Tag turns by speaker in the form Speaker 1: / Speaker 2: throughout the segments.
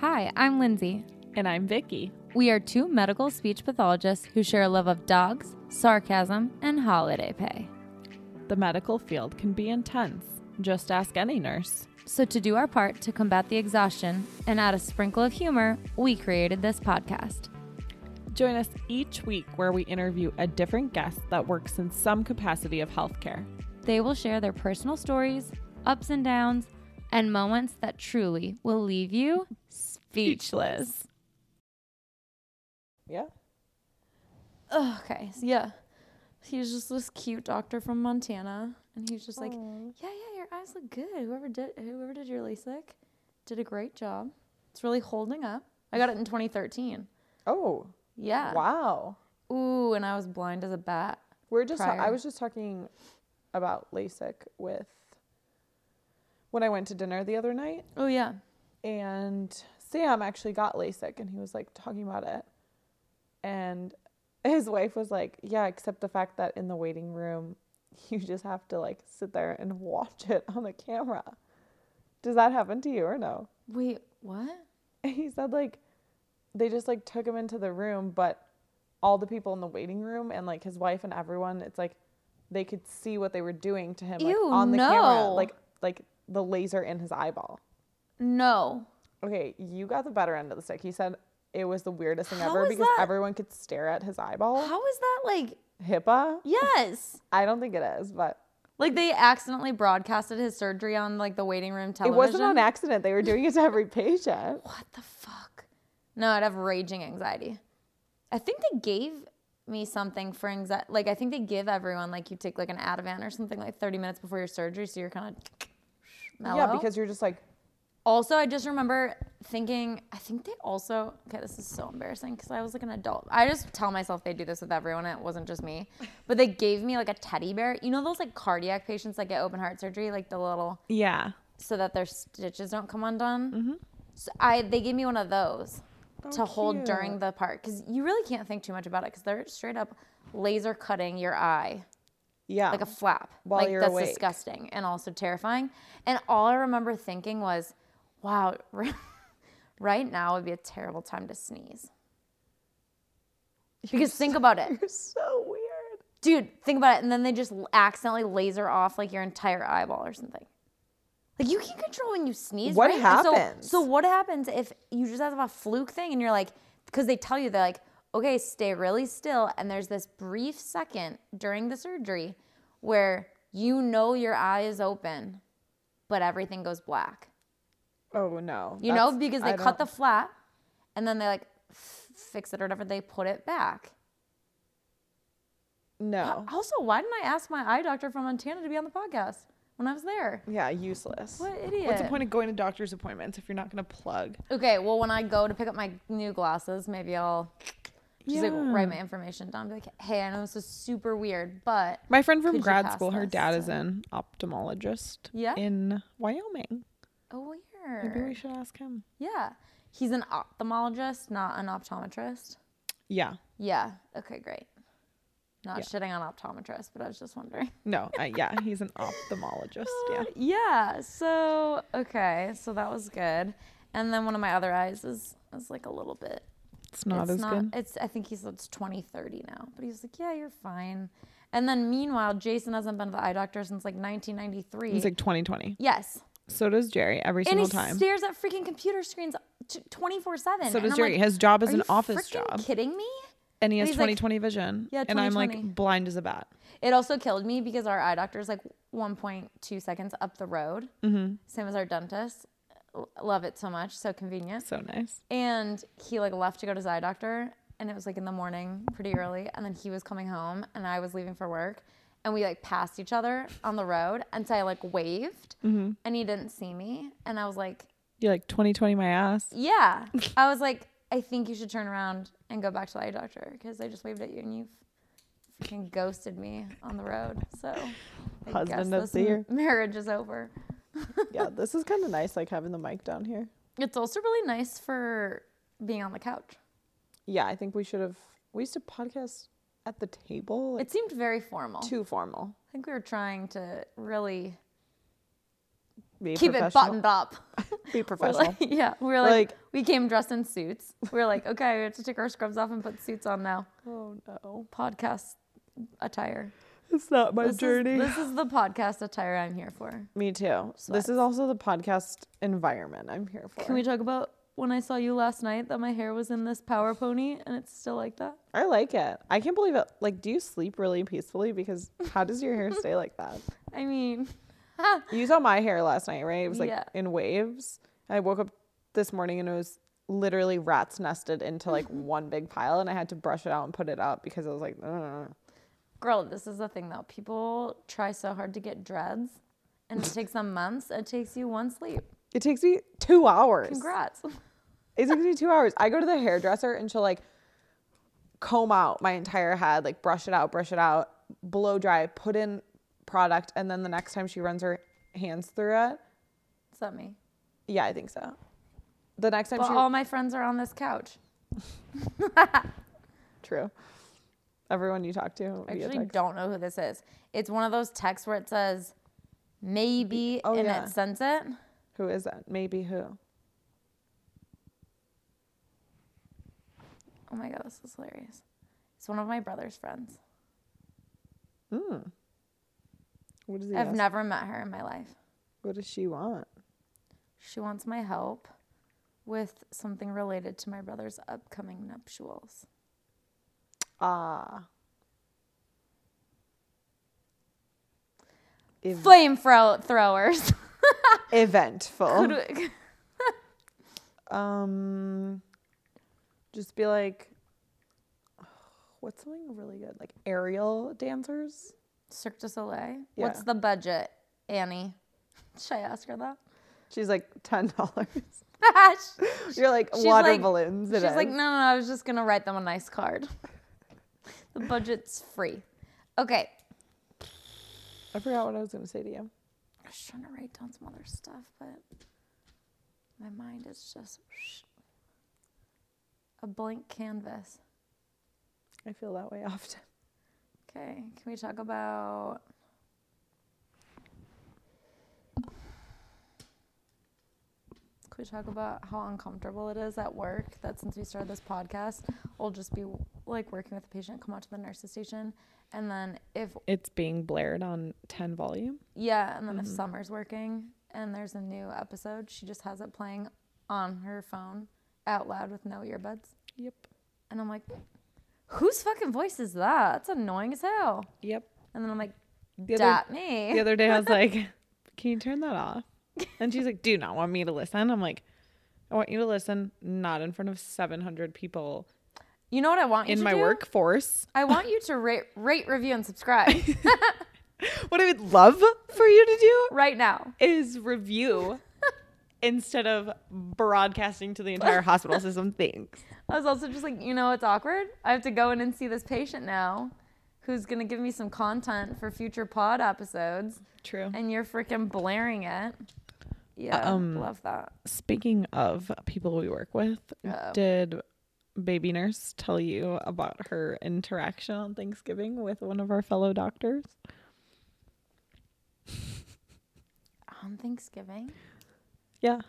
Speaker 1: Hi, I'm Lindsay.
Speaker 2: And I'm Vicky.
Speaker 1: We are two medical speech pathologists who share a love of dogs, sarcasm, and holiday pay.
Speaker 2: The medical field can be intense. Just ask any nurse.
Speaker 1: So, to do our part to combat the exhaustion and add a sprinkle of humor, we created this podcast.
Speaker 2: Join us each week where we interview a different guest that works in some capacity of healthcare.
Speaker 1: They will share their personal stories, ups and downs, and moments that truly will leave you speechless.
Speaker 2: Yeah.
Speaker 3: Ugh, okay, so yeah. He's just this cute doctor from Montana, and he's just like,
Speaker 2: Oh.
Speaker 3: yeah, yeah, your eyes look good. Whoever did whoever did your LASIK did a great job. It's really holding up. I got it in 2013.
Speaker 2: Oh,
Speaker 3: Yeah.
Speaker 2: wow.
Speaker 3: Ooh, and I was blind as a bat.
Speaker 4: We're just. ta- I
Speaker 3: prior.
Speaker 4: was just talking about LASIK with when I went to dinner the other night,
Speaker 3: Oh yeah.
Speaker 4: and Sam actually got LASIK, and he was like talking about it, and his wife was like, "Yeah, except the fact that in the waiting room, you just have to like sit there and watch it on the camera." Does that happen to you or no?
Speaker 3: Wait, what?
Speaker 4: And he said like they just like took him into the room, but all the people in the waiting room and like his wife and everyone, it's like they could see what they were doing to him like
Speaker 3: Ew,
Speaker 4: on the camera,
Speaker 3: no.
Speaker 4: like like the laser in his eyeball.
Speaker 3: No.
Speaker 4: Okay, you got the better end of the stick. He said it was the weirdest thing
Speaker 3: How
Speaker 4: ever
Speaker 3: is
Speaker 4: because
Speaker 3: that-
Speaker 4: everyone could stare at his eyeball.
Speaker 3: How is that like?
Speaker 4: HIPAA?
Speaker 3: Yes.
Speaker 4: I don't think it is, but
Speaker 3: Like they accidentally broadcasted his surgery on like the waiting room
Speaker 4: it
Speaker 3: television.
Speaker 4: wasn't on accident. They were doing it to every patient.
Speaker 3: What the fuck? No, I'd have raging anxiety. I think they gave me something for anxiety. Like, I think they give everyone, like, you take like an Ativan or something like 30 minutes before your surgery, so you're kind of mellow.
Speaker 4: Yeah, because you're just like
Speaker 3: Also, I just remember thinking, I think they also, okay, this is so embarrassing because I was like an adult. I just tell myself they do this with everyone, and it wasn't just me. But they gave me like a teddy bear. You know those like cardiac patients that get open heart surgery, like the little,
Speaker 2: Yeah.
Speaker 3: so that their stitches don't come undone?
Speaker 4: Mm-hmm.
Speaker 3: So I, they gave me one of those
Speaker 4: Oh,
Speaker 3: to hold during the part because you really can't think too much about it because they're straight up laser cutting your eye
Speaker 4: yeah.
Speaker 3: like a flap.
Speaker 4: While
Speaker 3: like
Speaker 4: you're
Speaker 3: that's
Speaker 4: awake.
Speaker 3: disgusting and also terrifying. And all I remember thinking was, wow, right now would be a terrible time to sneeze. Because think about it,
Speaker 4: you're so weird.
Speaker 3: dude. Think about it, and then they just l- accidentally laser off like your entire eyeball or something. Like you can't control when you sneeze.
Speaker 4: What
Speaker 3: right? And so-
Speaker 4: happens?
Speaker 3: So, what happens if you just have a fluke thing and you're like, because they tell you they're like, okay, stay really still, and there's this brief second during the surgery where you know your eye is open, but everything goes black.
Speaker 4: Oh no.
Speaker 3: You
Speaker 4: that's-
Speaker 3: know, because they
Speaker 4: I
Speaker 3: cut
Speaker 4: don't-
Speaker 3: the flap, and then they like f- fix it or whatever. They put it back.
Speaker 4: No.
Speaker 3: Also, why didn't I ask my eye doctor from Montana to be on the podcast when I was there?
Speaker 4: Yeah, useless.
Speaker 3: What an idiot.
Speaker 2: What's the point of going to doctor's appointments if you're not going to plug?
Speaker 3: Okay, well, when I go to pick up my new glasses, maybe I'll just like write my information down. Be like, hey, I know this is super weird, but
Speaker 2: My friend from
Speaker 3: Could you
Speaker 2: grad
Speaker 3: pass
Speaker 2: school, her
Speaker 3: this
Speaker 2: dad
Speaker 3: to-
Speaker 2: is an ophthalmologist
Speaker 3: Yeah?
Speaker 2: in Wyoming.
Speaker 3: oh,
Speaker 2: Maybe we
Speaker 3: weird.
Speaker 2: should ask him.
Speaker 3: Yeah, he's an ophthalmologist, not an optometrist.
Speaker 2: Yeah.
Speaker 3: Yeah. Okay, great. Not
Speaker 2: Yeah.
Speaker 3: shitting on optometrists, but I was just wondering.
Speaker 2: No, uh, yeah, he's an ophthalmologist. Yeah.
Speaker 3: Yeah. So okay, so that was good. And then one of my other eyes is is like a little bit
Speaker 2: It's not
Speaker 3: it's
Speaker 2: as
Speaker 3: not,
Speaker 2: good.
Speaker 3: It's I think he said it's 2030 now, but he's like, yeah, you're fine. And then meanwhile, Jason hasn't been to the eye doctor since like 1993.
Speaker 2: It's like 2020.
Speaker 3: yes,
Speaker 2: So does Jerry every
Speaker 3: and
Speaker 2: single
Speaker 3: he
Speaker 2: time.
Speaker 3: stares at freaking computer screens 24 seven.
Speaker 2: so does Jerry. His job is an office job,
Speaker 3: Kidding me?
Speaker 2: and he has
Speaker 3: he's like-
Speaker 2: 20/20 vision.
Speaker 3: Yeah,
Speaker 2: and I'm like
Speaker 3: 20/20.
Speaker 2: blind as a bat.
Speaker 3: It also killed me because our eye doctor is like 1.2 seconds up the road,
Speaker 2: Mm-hmm.
Speaker 3: same as our dentist. L- love it so much, so convenient.
Speaker 2: So nice.
Speaker 3: And he like left to go to his eye doctor and it was like in the morning pretty early and then he was coming home and I was leaving for work and we like passed each other on the road and so I like waved
Speaker 4: Mm-hmm.
Speaker 3: and he didn't see me and I was like,
Speaker 2: You're like 20/20 my ass.
Speaker 3: yeah. I was like, I think you should turn around and go back to the eye doctor because I just waved at you and you freaking ghosted me on the road. So I
Speaker 4: Husband of
Speaker 3: guess
Speaker 4: the
Speaker 3: this
Speaker 4: year.
Speaker 3: marriage is over.
Speaker 4: yeah, this is kind of nice, like having the mic down here.
Speaker 3: It's also really nice for being on the couch.
Speaker 4: Yeah, I think we should have. We used to podcast at the table. Like,
Speaker 3: It seemed very formal.
Speaker 4: too formal.
Speaker 3: I think we were trying to really
Speaker 4: Be
Speaker 3: keep it
Speaker 4: professional.
Speaker 3: buttoned up.
Speaker 2: Be
Speaker 3: We're
Speaker 2: professional.
Speaker 3: like, yeah, we were like,
Speaker 2: Like-
Speaker 3: we came dressed in suits. We were like, okay, we have to take our scrubs off and put suits on now.
Speaker 2: oh no,
Speaker 3: Podcast attire.
Speaker 2: it's not my
Speaker 3: This is- this is the podcast attire I'm here for.
Speaker 2: Me too. This
Speaker 3: Sweats.
Speaker 2: is also the podcast environment I'm here for.
Speaker 3: Can we talk about when I saw you last night that my hair was in this power pony and it's still like that?
Speaker 2: I like it. I can't believe it. Like, do you sleep really peacefully? Because how does your hair stay like that?
Speaker 3: I mean,
Speaker 2: You saw my hair last night, right? It was like
Speaker 3: Yeah.
Speaker 2: in waves. I woke up this morning and it was literally rats nested into like one big pile, and I had to brush it out and put it up because I was like, "Ugh."
Speaker 3: girl, this is the thing though. People try so hard to get dreads and it takes them months. It takes you one sleep.
Speaker 2: it takes me two hours.
Speaker 3: Congrats.
Speaker 2: It takes me two hours. I go to the hairdresser and she'll like comb out my entire head, like brush it out, brush it out, blow dry, put in product, and then the next time she runs her hands through it,
Speaker 3: It's not me.
Speaker 2: yeah, I think so. The next time
Speaker 3: But
Speaker 2: she
Speaker 3: all my friends are on this couch.
Speaker 2: true. Everyone you talk to,
Speaker 3: I
Speaker 2: via
Speaker 3: actually
Speaker 2: text.
Speaker 3: don't know who this is. It's one of those texts where it says maybe
Speaker 2: Oh,
Speaker 3: and
Speaker 2: yeah.
Speaker 3: it sends it.
Speaker 2: who is that? Maybe who?
Speaker 3: Oh my god, this is hilarious. It's one of my brother's friends.
Speaker 2: Mm. What does he
Speaker 3: I've
Speaker 2: ask?
Speaker 3: never met her in my life.
Speaker 2: What does she want?
Speaker 3: She wants my help with something related to my brother's upcoming nuptials.
Speaker 2: Ah. Ev-
Speaker 3: Flame throw- throwers.
Speaker 2: eventful.
Speaker 3: Could-
Speaker 2: Um, just be like, what's something really good? Like aerial dancers?
Speaker 3: Cirque du Soleil.
Speaker 2: Yeah.
Speaker 3: What's the budget, Annie? Should I ask her that?
Speaker 2: She's like ten dollars.
Speaker 3: She's
Speaker 2: You're like
Speaker 3: She's
Speaker 2: water
Speaker 3: like-
Speaker 2: balloons. It
Speaker 3: like,
Speaker 2: is."
Speaker 3: no, no, no, I was just gonna write them a nice card. the budget's free. Okay.
Speaker 2: I forgot what I was gonna say to you.
Speaker 3: I was trying to write down some other stuff, but my mind is just a blank canvas.
Speaker 2: I feel that way often.
Speaker 3: Okay, can we talk about Can we talk about how uncomfortable it is at work that since we started this podcast, we'll just be like working with a patient, come out to the nurse's station, and then if
Speaker 2: It's being blared on ten volume.
Speaker 3: yeah, and then
Speaker 2: Mm-hmm.
Speaker 3: if Summer's working and there's a new episode, she just has it playing on her phone out loud with no earbuds.
Speaker 2: Yep.
Speaker 3: And I'm like, whose fucking voice is that? That's annoying as hell.
Speaker 2: Yep.
Speaker 3: And then I'm like,
Speaker 2: The other-
Speaker 3: dat me.
Speaker 2: The other day I was like, Can you turn that off? And she's like, Do you not want me to listen. I'm like, I want you to listen, not in front of seven hundred people
Speaker 3: You know what I want you
Speaker 2: in
Speaker 3: to
Speaker 2: my
Speaker 3: do?
Speaker 2: workforce.
Speaker 3: I want you to rate, rate, review, and subscribe
Speaker 2: What I would love for you to do
Speaker 3: right now.
Speaker 2: is review instead of broadcasting to the entire hospital system thanks
Speaker 3: I was also just like, you know, it's awkward. I have to go in and see this patient now, who's gonna give me some content for future pod episodes,
Speaker 2: true
Speaker 3: and you're freaking blaring it. Yeah,
Speaker 2: Um,
Speaker 3: love that.
Speaker 2: speaking of people we work with
Speaker 3: Uh-oh.
Speaker 2: did baby nurse tell you about her interaction on thanksgiving with one of our fellow doctors
Speaker 3: On Thanksgiving?
Speaker 2: yeah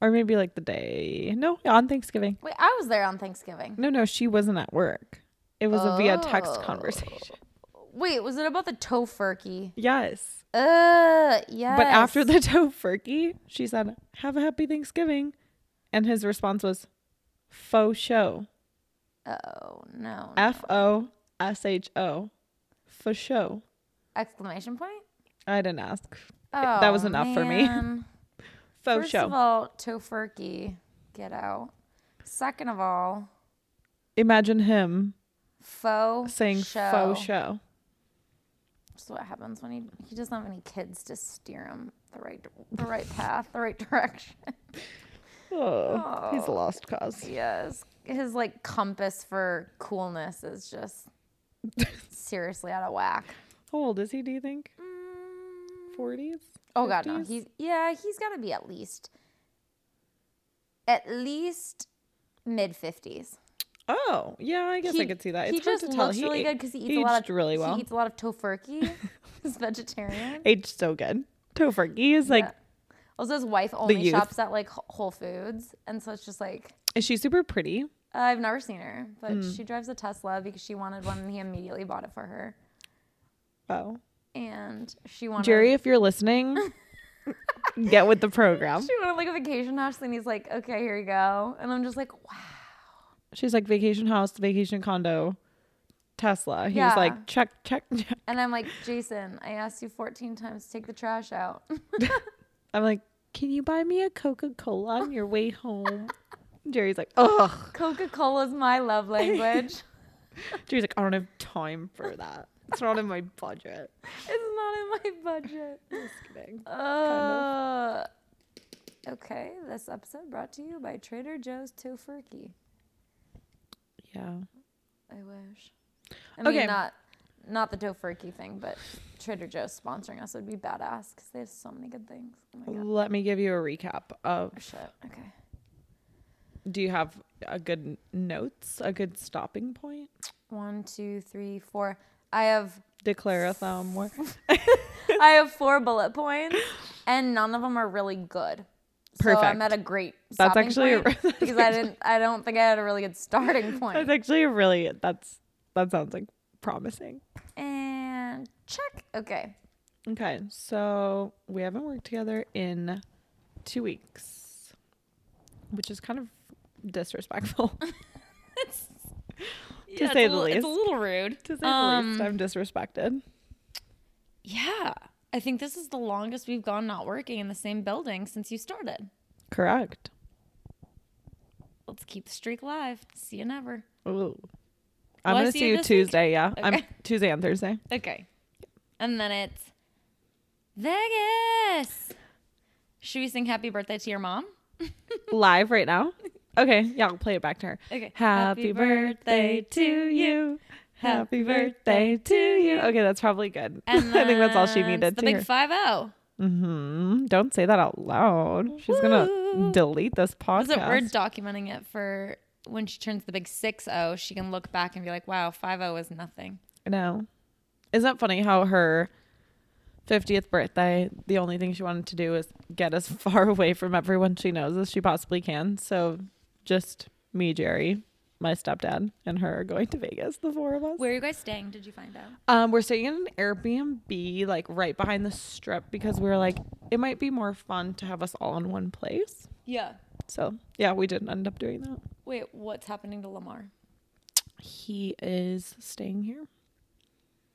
Speaker 2: or maybe like the day no on thanksgiving
Speaker 3: Wait, I was there on Thanksgiving.
Speaker 2: no no she wasn't at work it was a via text
Speaker 3: Oh.
Speaker 2: conversation
Speaker 3: Wait, was it about the tofurkey?
Speaker 2: yes
Speaker 3: Uh, yes.
Speaker 2: But after the tofurkey, she said, "Have a happy Thanksgiving," and his response was, "Faux show,
Speaker 3: Oh no! no.
Speaker 2: F O S H O, for show."
Speaker 3: Exclamation point.
Speaker 2: I didn't ask.
Speaker 3: Oh,
Speaker 2: that was enough for me.
Speaker 3: man.
Speaker 2: Faux
Speaker 3: First
Speaker 2: show.
Speaker 3: of all, tofurkey, get out. Second of all,
Speaker 2: Imagine him
Speaker 3: faux
Speaker 2: saying
Speaker 3: show.
Speaker 2: faux show.
Speaker 3: That's what happens when he he doesn't have any kids to steer him the right the right path, the right direction.
Speaker 2: Oh, he's a
Speaker 3: Oh.
Speaker 2: lost cause.
Speaker 3: Yes, his like compass for coolness is just seriously out of whack.
Speaker 2: How old is he? Do you think? Forties.
Speaker 3: Oh god, no.
Speaker 2: 50s?
Speaker 3: He's yeah, he's got to be at least at least mid fifties.
Speaker 2: Oh, yeah. I guess I could see that. It's
Speaker 3: he
Speaker 2: hard
Speaker 3: just
Speaker 2: to tell.
Speaker 3: looks
Speaker 2: he
Speaker 3: really
Speaker 2: ate-
Speaker 3: good because he eats
Speaker 2: he
Speaker 3: a lot
Speaker 2: aged
Speaker 3: of
Speaker 2: really well.
Speaker 3: He eats a lot of tofurkey. he's vegetarian.
Speaker 2: aged so good. Tofurkey is like
Speaker 3: Yeah. Also, his wife only
Speaker 2: youth.
Speaker 3: shops at like Wh- Whole Foods, and so it's just like
Speaker 2: Is she super pretty?
Speaker 3: I've never seen her, but
Speaker 2: Hmm.
Speaker 3: she drives a Tesla because she wanted one, and he immediately bought it for her.
Speaker 2: Oh.
Speaker 3: And she wanted
Speaker 2: Jerry, if you're listening, get with the program.
Speaker 3: She wanted like a vacation house, and he's like, "Okay, here you go." And I'm just like, "Wow."
Speaker 2: She's like vacation house, vacation condo, Tesla. He was
Speaker 3: Yeah.
Speaker 2: like, check, check, check.
Speaker 3: And I'm like, "Jason, I asked you 14 times to take the trash out."
Speaker 2: I'm like, can you buy me a Coca Cola on your way home? Jerry's like, ugh.
Speaker 3: Coca Cola's my love language.
Speaker 2: Jerry's like, I don't have time for that. It's not in my budget.
Speaker 3: it's not in my budget.
Speaker 2: Just kidding.
Speaker 3: Uh, Okay, this episode brought to you by Trader Joe's Tofurkey.
Speaker 2: Yeah.
Speaker 3: I wish. I mean,
Speaker 2: Okay.
Speaker 3: not not the Tofurkey thing, but Trader Joe's sponsoring us would be badass because they have so many good things. Oh my god.
Speaker 2: Let me give you a recap of
Speaker 3: Oh, shit. Okay.
Speaker 2: do you have a good n- notes, a good stopping point?
Speaker 3: One, two, three, four. I have
Speaker 2: Declare a thumb war.
Speaker 3: I have four bullet points, and none of them are really good. So I'm
Speaker 2: Perfect.
Speaker 3: at a great.
Speaker 2: That's
Speaker 3: stopping
Speaker 2: actually a-
Speaker 3: point because I didn't. I don't think I had a really good starting point.
Speaker 2: That's actually a really that's that sounds like promising.
Speaker 3: And check. Okay.
Speaker 2: Okay, so we haven't worked together in two weeks, which is kind of disrespectful to say the least.
Speaker 1: It's a little rude.
Speaker 2: to say the least, I'm disrespected.
Speaker 1: Yeah. I think this is the longest we've gone not working in the same building since you started.
Speaker 2: Correct.
Speaker 1: Let's keep the streak live. See you never.
Speaker 2: Ooh. I'm
Speaker 1: Will I
Speaker 2: gonna
Speaker 1: see
Speaker 2: see
Speaker 1: you
Speaker 2: you
Speaker 1: this week?
Speaker 2: Tuesday, yeah. I'm
Speaker 1: Okay.
Speaker 2: Tuesday and Thursday.
Speaker 1: Okay. And then it's Vegas. Should we sing happy birthday to your mom?
Speaker 2: Live right now. Okay, yeah, I'll play it back to her.
Speaker 1: Okay.
Speaker 2: Happy birthday to you. Happy birthday to you. Okay, that's probably good.
Speaker 1: And
Speaker 2: I think that's all she
Speaker 1: then it's
Speaker 2: needed
Speaker 1: The
Speaker 2: to hear.
Speaker 1: big five oh. zero.
Speaker 2: hmm Don't say that out loud. She's
Speaker 1: Woo.
Speaker 2: gonna delete this podcast.
Speaker 1: Is it we're documenting it for when she turns the big six zero? She can look back and be like, "Wow, five zero is nothing."
Speaker 2: No. Isn't that funny how her 50th birthday, the only thing she wanted to do is get as far away from everyone she knows as she possibly can. So just me, Jerry, my stepdad, and her are going to Vegas, the four of us.
Speaker 1: Where are you guys staying? Did you find out?
Speaker 2: Um, we're staying in an Airbnb, like right behind the strip, because we were like, it might be more fun to have us all in one place.
Speaker 1: Yeah.
Speaker 2: So yeah, we didn't end up doing that.
Speaker 1: Wait, what's happening to Lamar
Speaker 2: He is staying here.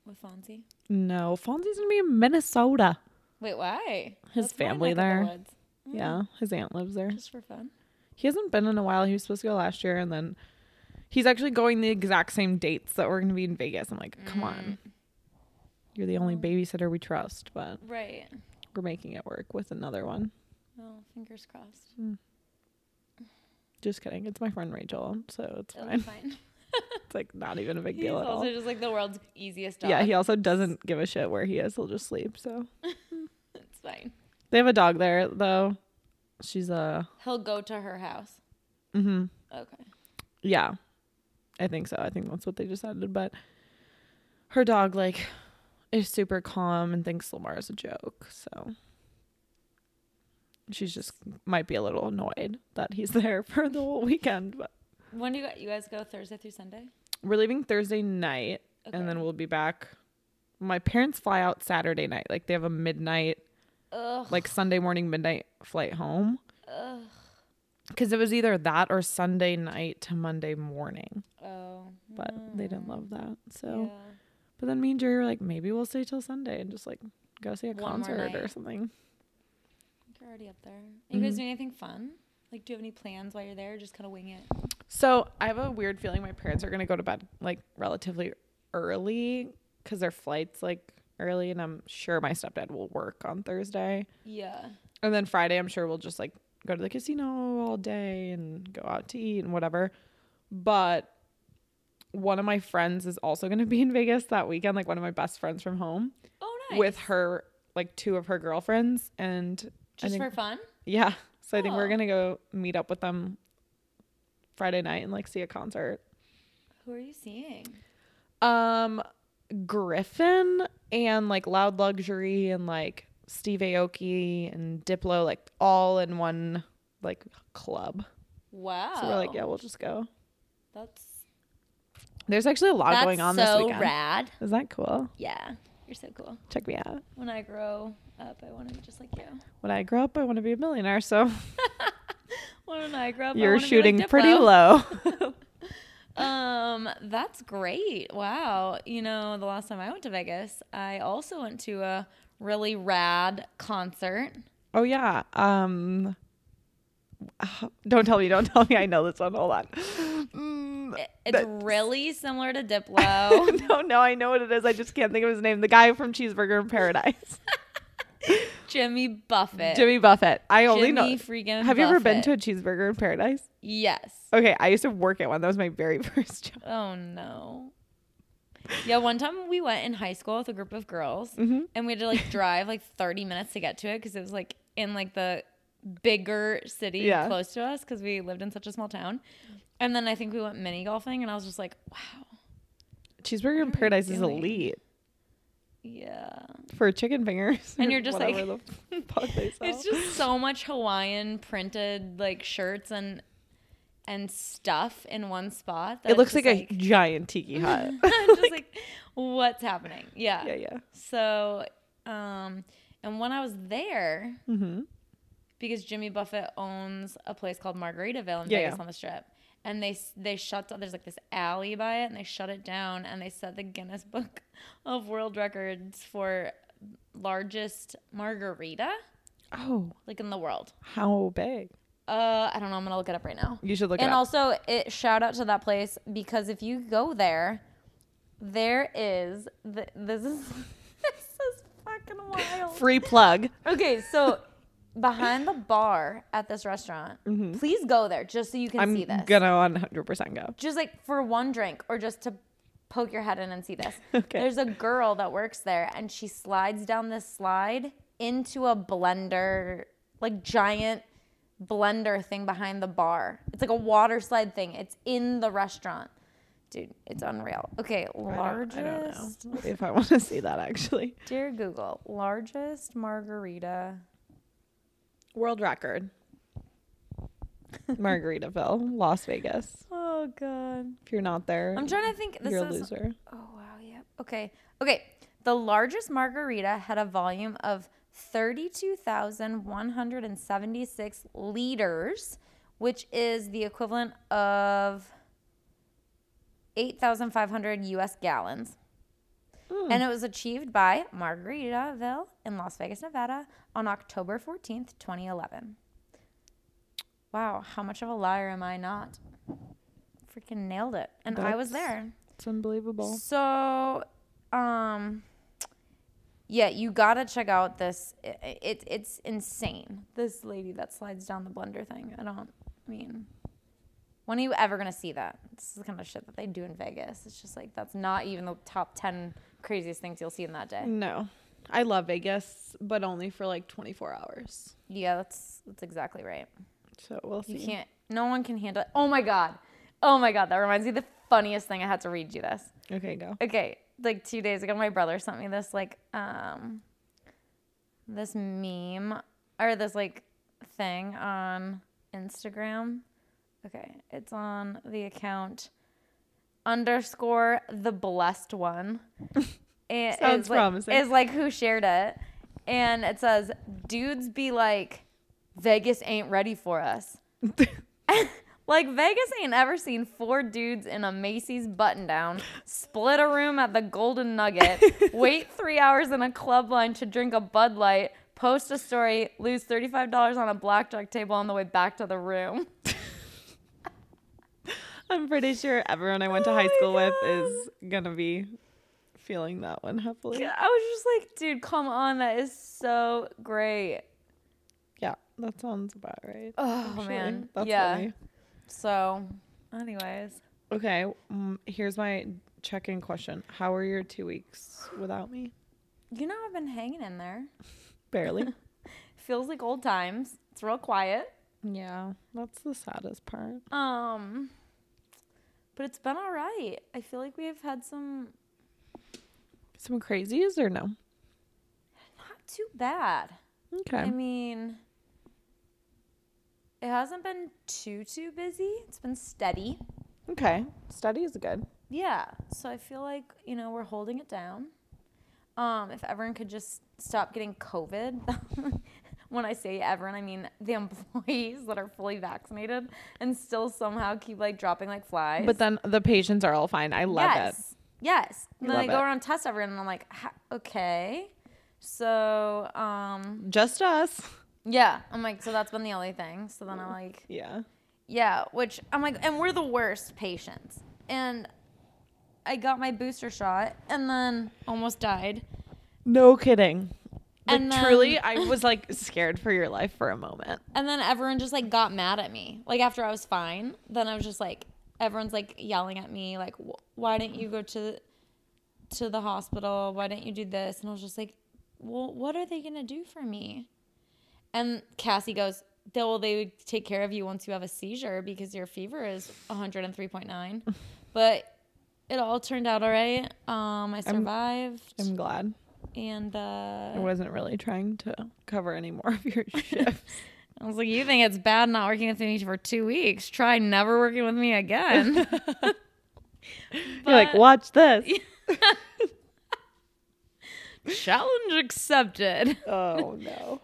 Speaker 1: with Fonzie?
Speaker 2: No, Fonzie's gonna be in Minnesota.
Speaker 1: Wait, why?
Speaker 2: His
Speaker 1: That's my
Speaker 2: family
Speaker 1: neck of the
Speaker 2: there.
Speaker 1: woods.
Speaker 2: Yeah, his aunt lives there.
Speaker 1: Just for fun.
Speaker 2: He hasn't been in a while. He was supposed to go last year, and then he's actually going the exact same dates that we're gonna be in Vegas. I'm like, come on,
Speaker 1: Mm.
Speaker 2: you're the only babysitter we trust, but
Speaker 1: Right.
Speaker 2: we're making it work with another one.
Speaker 1: Well, Oh, fingers crossed.
Speaker 2: Just kidding. It's my friend Rachel, so it's
Speaker 1: It'll
Speaker 2: fine.
Speaker 1: be fine.
Speaker 2: It's like not even a
Speaker 1: Oh.
Speaker 2: big
Speaker 1: He's
Speaker 2: deal at all.
Speaker 1: also just like the world's easiest dog.
Speaker 2: Yeah, he also doesn't give a shit where he is. He'll just sleep. So
Speaker 1: it's fine.
Speaker 2: they have a dog there though. She's a
Speaker 1: He'll go to her house.
Speaker 2: mm-hmm.
Speaker 1: Okay.
Speaker 2: yeah, I think so. I think that's what they decided. But her dog like is super calm and thinks Lamar is a joke. So she's just might be a little annoyed that he's there for the whole weekend. But
Speaker 1: When do you, you guys go Thursday through Sunday?
Speaker 2: we're leaving Thursday night
Speaker 1: Okay.
Speaker 2: and then we'll be back. My parents fly out Saturday night. Like they have a midnight
Speaker 1: Ugh.
Speaker 2: like Sunday morning midnight flight home
Speaker 1: Ugh.
Speaker 2: because it was either that or Sunday night to Monday morning,
Speaker 1: Oh.
Speaker 2: but they didn't love that. So,
Speaker 1: Yeah.
Speaker 2: but then me and Jerry were like, maybe we'll stay till Sunday and just like go see a
Speaker 1: One more
Speaker 2: concert or
Speaker 1: night.
Speaker 2: something.
Speaker 1: You're already up there. Are you
Speaker 2: Mm-hmm.
Speaker 1: guys doing anything fun? Like, do you have any plans while you're there? or Just kind of wing it.
Speaker 2: So I have a weird feeling my parents are gonna go to bed like relatively early because their flight's like early, and I'm sure my stepdad will work on Thursday.
Speaker 1: Yeah.
Speaker 2: And then Friday, I'm sure we'll just like go to the casino all day and go out to eat and whatever. But one of my friends is also going to be in Vegas that weekend, like one of my best friends from home
Speaker 1: Oh, nice.
Speaker 2: with her, like two of her girlfriends. And I
Speaker 1: just
Speaker 2: think,
Speaker 1: for fun.
Speaker 2: yeah. So I think
Speaker 1: Oh.
Speaker 2: we're going to go meet up with them Friday night and like see a concert.
Speaker 1: Who are you seeing?
Speaker 2: Um, Griffin and like Loud Luxury and like Steve Aoki and Diplo like all in one like club.
Speaker 3: Wow.
Speaker 2: So we're like, yeah, we'll just go.
Speaker 3: That's
Speaker 2: There's actually a lot
Speaker 3: that's
Speaker 2: going on
Speaker 3: so
Speaker 2: this weekend.
Speaker 3: rad.
Speaker 2: Is that cool?
Speaker 3: Yeah, you're so cool.
Speaker 2: Check me out.
Speaker 3: When I grow up, I want to be just like you.
Speaker 2: When I grow up, I want to be a millionaire. So
Speaker 3: When I grow up, I
Speaker 2: you're
Speaker 3: wanna be like
Speaker 2: shooting pretty
Speaker 3: Diplo.
Speaker 2: low.
Speaker 3: Um, that's great. Wow. You know, the last time I went to Vegas, I also went to a really rad concert.
Speaker 2: oh yeah. Um. Don't tell me. Don't tell me. I know this one. Hold on. Mm,
Speaker 3: I- It's really similar to Diplo.
Speaker 2: no, no, I know what it is. I just can't think of his name. The guy from Cheeseburger in Paradise,
Speaker 3: Jimmy Buffett.
Speaker 2: Jimmy Buffett. I only know.
Speaker 3: Jimmy freaking
Speaker 2: Have you ever been to a
Speaker 3: Buffett.
Speaker 2: Cheeseburger in Paradise?
Speaker 3: Yes.
Speaker 2: Okay, I used to work at one. That was my very first job.
Speaker 3: Oh no. Yeah, one time we went in high school with a group of girls,
Speaker 2: Mm-hmm.
Speaker 3: and we had to like drive like 30 minutes to get to it because it was like in like the bigger city
Speaker 2: Yeah.
Speaker 3: close to us because we lived in such a small town. And then I think we went mini golfing, and I was just like, wow,
Speaker 2: Cheeseburger in
Speaker 3: What are we
Speaker 2: Paradise is
Speaker 3: doing?
Speaker 2: elite
Speaker 3: yeah.
Speaker 2: for chicken fingers.
Speaker 3: And
Speaker 2: or
Speaker 3: you're just like-
Speaker 2: whatever the fuck they sell.
Speaker 3: It's just so much Hawaiian printed like shirts and and stuff in one spot. that
Speaker 2: it
Speaker 3: it's
Speaker 2: looks like,
Speaker 3: just,
Speaker 2: a giant tiki hut.
Speaker 3: I'm just like, what's happening?
Speaker 2: yeah, yeah.
Speaker 3: So, um, and when I was there,
Speaker 2: Mm-hmm.
Speaker 3: because Jimmy Buffett owns a place called Margaritaville in
Speaker 2: Yeah,
Speaker 3: Vegas
Speaker 2: yeah.
Speaker 3: on the Strip, and they s- they shut down. There's like this alley by it, and they shut it down, and they set the Guinness Book of World Records for largest margarita
Speaker 2: Oh,
Speaker 3: like in the world.
Speaker 2: how big?
Speaker 3: Uh, I don't know. I'm gonna look it up right now.
Speaker 2: You should look
Speaker 3: and
Speaker 2: it up.
Speaker 3: also, it shout out to that place because if you go there, there is th- this is this is fucking wild.
Speaker 2: Free plug.
Speaker 3: Okay, so behind the bar at this restaurant, please go there just so you can
Speaker 2: Mm-hmm. I'm
Speaker 3: see this.
Speaker 2: gonna 100% go.
Speaker 3: just like for one drink or just to poke your head in and see this.
Speaker 2: Okay.
Speaker 3: There's a girl that works there and she slides down this slide into a blender, like giant blender thing behind the bar. It's like a water slide thing. It's in the restaurant. Dude, it's unreal. Okay, largest
Speaker 2: I don't, I don't know if I want to see that actually.
Speaker 3: Dear Google, largest margarita
Speaker 2: World record. Margaritaville, Las Vegas.
Speaker 3: Oh god.
Speaker 2: If you're not there,
Speaker 3: I'm trying to think this
Speaker 2: you're a
Speaker 3: is
Speaker 2: loser.
Speaker 3: Oh wow, yeah. Okay. Okay. The largest margarita had a volume of 32,176 liters, which is the equivalent of 8,500 US gallons.
Speaker 2: Hmm.
Speaker 3: And it was achieved by Margaritaville in Las Vegas, Nevada on October 14th, 2011. Wow, how much of a liar am I not? Freaking nailed it. And I was
Speaker 2: That's-
Speaker 3: there.
Speaker 2: It's unbelievable.
Speaker 3: So, um, yeah, you gotta check out this. i- i- It, it's insane. This lady that slides down the blender thing. I don't mean. When are you ever gonna see that? This is the kind of shit that they do in Vegas. It's just like that's not even the top ten craziest things you'll see in that day.
Speaker 2: No, I love Vegas, but only for like 24 hours.
Speaker 3: Yeah, that's that's exactly right.
Speaker 2: So we'll see.
Speaker 3: You can't. No one can handle. It. Oh my god. Oh my god. That reminds me of the funniest thing. I had to read you this.
Speaker 2: Okay, go.
Speaker 3: okay like two days ago my brother sent me this like um this meme or this like thing on instagram okay it's on the account underscore the blessed one it
Speaker 2: Sounds
Speaker 3: is like,
Speaker 2: promising.
Speaker 3: is like who shared it and it says dudes be like vegas ain't ready for us like Vegas ain't ever seen four dudes in a Macy's button down, split a room at the Golden Nugget, wait three hours in a club line to drink a Bud Light, post a story, lose $35 on a blackjack table on the way back to the room.
Speaker 2: I'm pretty sure everyone I went to high school with is gonna be feeling that one happily. Yeah,
Speaker 3: I was just like, dude, come on, that is so great.
Speaker 2: that sounds about right.
Speaker 3: Oh
Speaker 2: actually.
Speaker 3: man.
Speaker 2: that's
Speaker 3: yeah.
Speaker 2: funny.
Speaker 3: So, anyways,
Speaker 2: Okay, um, here's my check-in question: How were your two weeks without me?
Speaker 3: you know I've been hanging in there.
Speaker 2: Barely.
Speaker 3: Feels like old times. It's real quiet.
Speaker 2: yeah, that's the saddest part.
Speaker 3: Um, but it's been all right. I feel like we have had some
Speaker 2: Some crazies or no?
Speaker 3: not not too bad.
Speaker 2: Okay.
Speaker 3: I mean, it hasn't been too too busy. It's been steady.
Speaker 4: Okay. Study is good.
Speaker 3: Yeah. So I feel like, you know, we're holding it down. Um, if everyone could just stop getting COVID. when I say everyone, I mean the employees that are fully vaccinated and still somehow keep like dropping like flies.
Speaker 2: But then the patients are all fine. I love it.
Speaker 3: yes. Yes. And then
Speaker 2: Love
Speaker 3: I go
Speaker 2: it.
Speaker 3: around test everyone and I'm like, "Ha- okay. So, um,
Speaker 2: Just us.
Speaker 3: yeah. I'm like, so that's been the only thing. So then I'm like,
Speaker 2: Yeah.
Speaker 3: yeah, which I'm like, and we're the worst patients. And I got my booster shot and then almost died.
Speaker 2: No kidding. Like,
Speaker 3: And
Speaker 2: truly,
Speaker 3: then-
Speaker 2: I was like scared for your life for a moment.
Speaker 3: And then everyone just like got mad at me. Like after I was fine, then I was just like, everyone's like yelling at me, like, "Wh- why didn't you go to the, to the hospital? Why didn't you do this? And I was just like, well, what are they gonna do for me? And Cassie goes, they, well, they would take care of you once you have a seizure because your fever is 103.9. but it all turned out all right. Um, I survived,
Speaker 2: I'm glad.
Speaker 3: and uh,
Speaker 2: I wasn't really trying to cover any more of your shifts.
Speaker 3: I was like, you think it's bad not working with me for two weeks? Try never working with me again.
Speaker 2: You're like,
Speaker 3: But-
Speaker 2: watch this.
Speaker 3: Challenge accepted.
Speaker 2: oh no.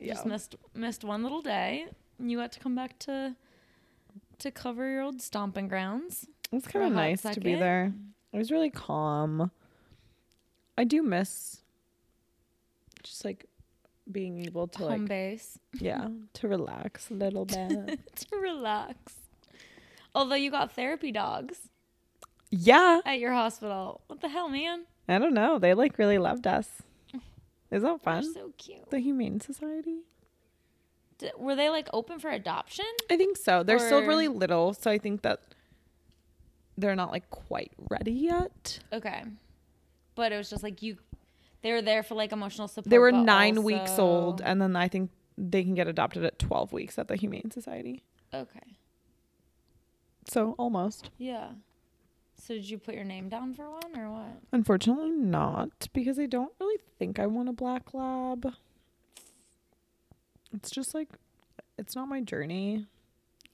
Speaker 3: Just missed missed one little day. You got to come back to to cover your old stomping grounds.
Speaker 2: It's
Speaker 3: for a
Speaker 2: kind of
Speaker 3: hot
Speaker 2: nice to be
Speaker 3: second.
Speaker 2: there. It was really calm. I do miss just like being able to like
Speaker 3: home base
Speaker 2: yeah, to relax a little bit.
Speaker 3: to relax. Although you got therapy dogs
Speaker 2: yeah.
Speaker 3: at your hospital. What the hell, man?
Speaker 2: I don't know. They like really loved us. Isn't that
Speaker 3: They're
Speaker 2: fun?
Speaker 3: so cute.
Speaker 2: the Humane Society?
Speaker 3: D- were they like open for adoption?
Speaker 2: I think so. They're still
Speaker 3: Or-
Speaker 2: really little, so I think that they're not like quite ready yet.
Speaker 3: Okay, but it was just like you. They were there for like emotional support.
Speaker 2: They were
Speaker 3: but
Speaker 2: nine weeks old,
Speaker 3: also-
Speaker 2: and then I think they can get adopted at 12 weeks at the Humane Society.
Speaker 3: Okay.
Speaker 2: So almost.
Speaker 3: Yeah. So did you put your name down for one or what?
Speaker 2: Unfortunately, not because I don't really think I want a black lab. It's just like, it's not my journey.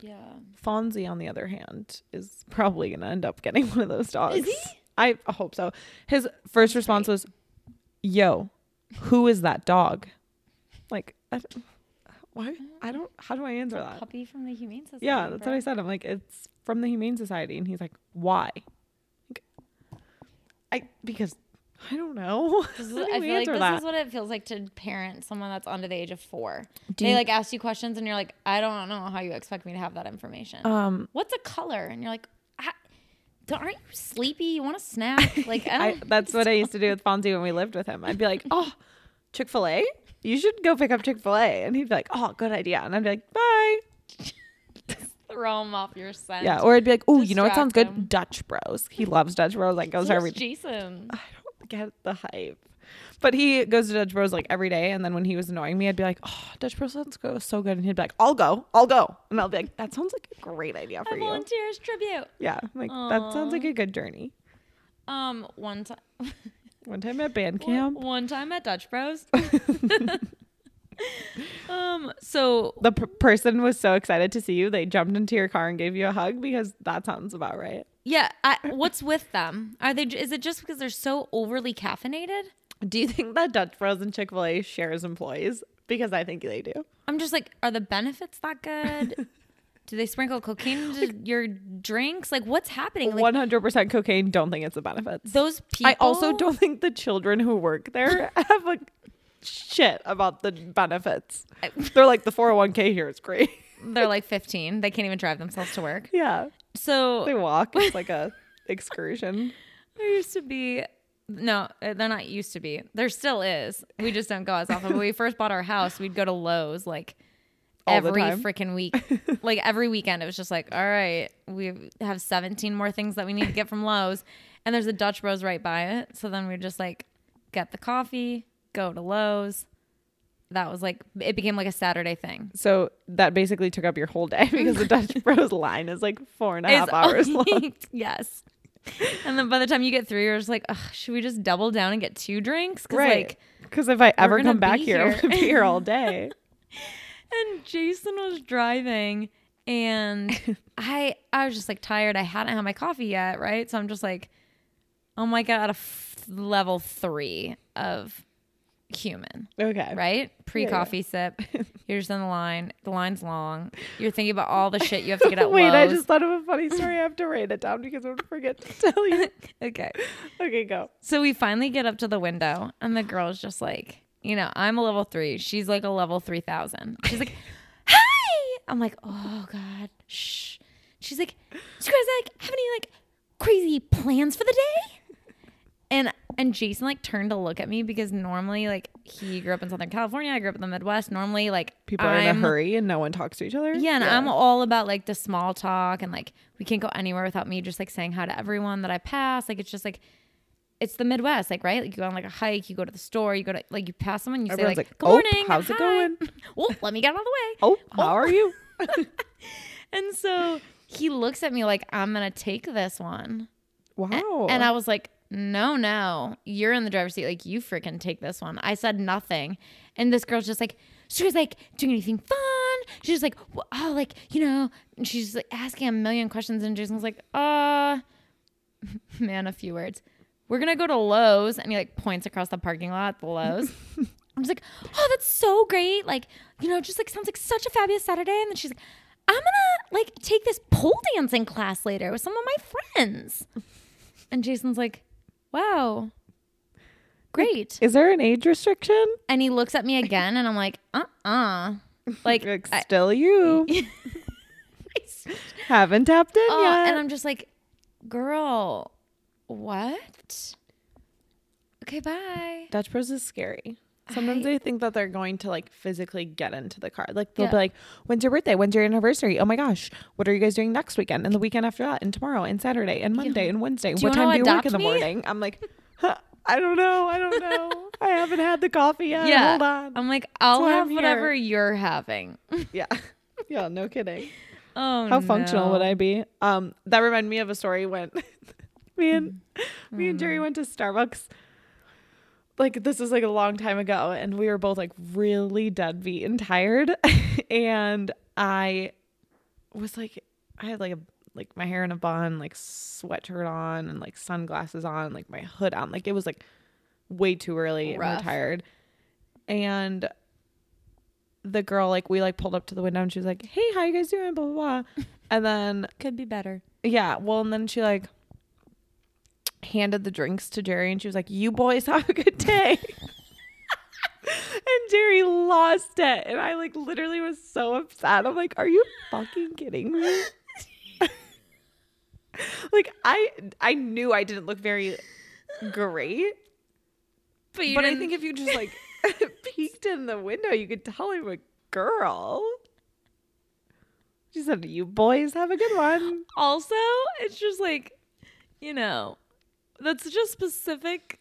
Speaker 3: Yeah.
Speaker 2: Fonzie, on the other hand, is probably going to end up getting one of those dogs.
Speaker 3: Is he?
Speaker 2: I hope so. His first response was, "Yo, who is that dog?" Like, I, d- why? I don't. How do I answer that?
Speaker 3: Puppy from the Humane Society.
Speaker 2: Uh, Yeah, that's what I
Speaker 3: bro.
Speaker 2: said. I'm like, it's from the Humane Society, and he's like, "Why?" Like, I because I don't know.
Speaker 3: This is,
Speaker 2: How do
Speaker 3: I
Speaker 2: you
Speaker 3: feel like
Speaker 2: answer
Speaker 3: this
Speaker 2: that?
Speaker 3: is what it feels like to parent someone that's under the age of four.
Speaker 2: Do
Speaker 3: they
Speaker 2: you-
Speaker 3: like ask you questions and you're like, I don't know how you expect me to have that information.
Speaker 2: um,
Speaker 3: What's a color? And you're like, I, don't, aren't you sleepy? You want a snack? Like, I
Speaker 2: I,
Speaker 3: don't.
Speaker 2: that's what I used to do with Fonzie when we lived with him. I'd be like, "Oh, Chick Fil A, you should go pick up Chick Fil A," and he'd be like, "Oh, good idea," and I'd be like, "Bye."
Speaker 3: throw them off your scent.
Speaker 2: Yeah, or I'd be like, "Oh, you know what sounds good?
Speaker 3: Distract him.
Speaker 2: Dutch Bros. He loves Dutch Bros. Like goes
Speaker 3: Where's
Speaker 2: there every
Speaker 3: Jason.
Speaker 2: I don't get the hype. But he goes to Dutch Bros like every day. And then when he was annoying me, I'd be like, oh, Dutch Bros sounds go so good. And he'd be like, I'll go, I'll go. And I'll be like, that sounds like a great idea for
Speaker 3: I
Speaker 2: you.
Speaker 3: volunteers tribute.
Speaker 2: Yeah. I'm like, that sounds like a good journey.
Speaker 3: Um, one time.
Speaker 2: One time at band camp,
Speaker 3: One, one time at Dutch Bros. um. So
Speaker 2: the p- person was so excited to see you. They jumped into your car and gave you a hug because that sounds about right.
Speaker 3: yeah, I, what's with them? Are they? Is it just because they're so overly caffeinated?
Speaker 2: Do you think that Dutch Bros and Chick fil A shares employees? Because I think they do.
Speaker 3: I'm just like, are the benefits that good? Do they sprinkle cocaine into your drinks? Like, what's happening? Like
Speaker 2: 100% cocaine, don't think it's the benefits.
Speaker 3: those people.
Speaker 2: Oh. I also don't think the children who work there have a shit about the benefits.
Speaker 3: I-
Speaker 2: They're like the 401k here is great.
Speaker 3: They're like 15. They can't even drive themselves to work.
Speaker 2: yeah. They
Speaker 3: So
Speaker 2: walk. It's like a excursion.
Speaker 3: there used to be. No, uh, they're not used to be. There still is. We just don't go as often. When we first bought our house, we'd go to Lowe's like
Speaker 2: All the
Speaker 3: every
Speaker 2: time.
Speaker 3: freaking week. like every weekend, it was just like, all right, we have 17 more things that we need to get from Lowe's. And there's a Dutch Bros right by it. So then we would just like get the coffee, go to Lowe's. That was like, it became like a Saturday thing.
Speaker 2: So that basically took up your whole day because the Dutch Bros line is like four and a half
Speaker 3: It's
Speaker 2: hours
Speaker 3: all-
Speaker 2: long.
Speaker 3: yes. And then by the time you get through, you're just like, Ugh, should we just double down and get two drinks? 'Cause,
Speaker 2: Right.
Speaker 3: like,
Speaker 2: Because if I ever
Speaker 3: gonna
Speaker 2: come back
Speaker 3: be
Speaker 2: here, I'm
Speaker 3: here.
Speaker 2: gonna be here all day.
Speaker 3: and Jason was driving and I I was just like tired. I hadn't had my coffee yet, right? So I'm just like oh my god, a f- level 3 of human,
Speaker 2: Okay.
Speaker 3: right? Pre-coffee sip. You're just on the line. The line's long. You're thinking about all the shit you have to get at
Speaker 2: Wait, I
Speaker 3: Lowe's.
Speaker 2: just thought of a funny story. I have to write it down because I'm gonna forget to tell you.
Speaker 3: okay.
Speaker 2: Okay, go.
Speaker 3: So we finally get up to the window, and the girl's just like, you know, I'm a level three. She's like a level 3000. She's like, hi. I'm like, oh, God. Shh. She's like, do you guys like have any like crazy plans for the day? And and Jason like turned to look at me because normally like he grew up in Southern California, I grew up in the Midwest. Normally like
Speaker 2: People are in
Speaker 3: I'm-
Speaker 2: a hurry and no one talks to each other.
Speaker 3: yeah, and I'm all about like the small talk and like we can't go anywhere without me just like saying hi to everyone that I pass. Like it's just like it's the Midwest, like right? Like you go on like a hike, you go to the store, you go to like you pass someone, you
Speaker 2: Everyone's
Speaker 3: say like,
Speaker 2: like,
Speaker 3: "Good
Speaker 2: "Oh,
Speaker 3: morning,
Speaker 2: how's it
Speaker 3: hi."
Speaker 2: going?
Speaker 3: Oh, let me get out of the way.
Speaker 2: Oh, how are you?
Speaker 3: And so he looks at me like I'm gonna take this one, A-
Speaker 2: Wow.
Speaker 3: and I was like, "No, no, you're in the driver's seat. Like you freaking take this one." I said nothing, and this girl's just like. She was like doing anything fun. She was like, "Wh- oh, like you know. And she's like asking a million questions, and Jason was like, uh, man, a few words. We're gonna go to Lowe's, and he like points across the parking lot at the Lowe's. I'm just like, oh, that's so great. Like, you know, just like sounds like such a fabulous Saturday. And then she's like, I'm gonna like take this pole dancing class later with some of my friends. And Jason's like, wow, great.
Speaker 2: Is there an age restriction?
Speaker 3: And he looks at me again, and I'm like, uh uh Like,
Speaker 2: Like,
Speaker 3: I-
Speaker 2: still you haven't tapped in
Speaker 3: oh,
Speaker 2: yet.
Speaker 3: and I'm just like, girl, what? Okay, bye.
Speaker 2: Dutch Bros is scary. Sometimes they think that they're going to like physically get into the car. Like they'll
Speaker 3: Yeah.
Speaker 2: be like, "When's your birthday? When's your anniversary? Oh my gosh, what are you guys doing next weekend and the weekend after that and tomorrow and Saturday and Monday and Wednesday?
Speaker 3: you
Speaker 2: what time
Speaker 3: wanna
Speaker 2: do you work
Speaker 3: adopt
Speaker 2: in the
Speaker 3: me?"
Speaker 2: morning?" I'm like, huh, "I don't know. I don't know. I haven't had the coffee yet.
Speaker 3: yeah.
Speaker 2: Hold on."
Speaker 3: I'm like, I'll
Speaker 2: why
Speaker 3: have
Speaker 2: I'm
Speaker 3: whatever you're having.
Speaker 2: yeah. Yeah, no kidding.
Speaker 3: Oh,
Speaker 2: How functional
Speaker 3: no.
Speaker 2: would I be? Um, that reminded me of a story when me and me and Jerry went to Starbucks. Like this was like a long time ago, and we were both like really deadbeat and tired. and I was like, I had like a like my hair in a bun, like sweatshirt on, and like sunglasses on, like my hood on. Like it was like way too early, and we we're
Speaker 3: Rough.
Speaker 2: tired. And the girl like we like pulled up to the window and she was like hey how you guys doing blah blah blah and then
Speaker 3: Could be better.
Speaker 2: yeah well and then she like handed the drinks to jerry and she was like you boys have a good day and jerry lost it and i like literally was so upset i'm like are you fucking kidding me like i i knew i didn't look very great
Speaker 3: But, you
Speaker 2: but I
Speaker 3: didn't-
Speaker 2: think if you just like peeked in the window, you could tell I'm a girl. She said, "You boys have a good one."
Speaker 3: also, it's just like, you know, that's such a specific.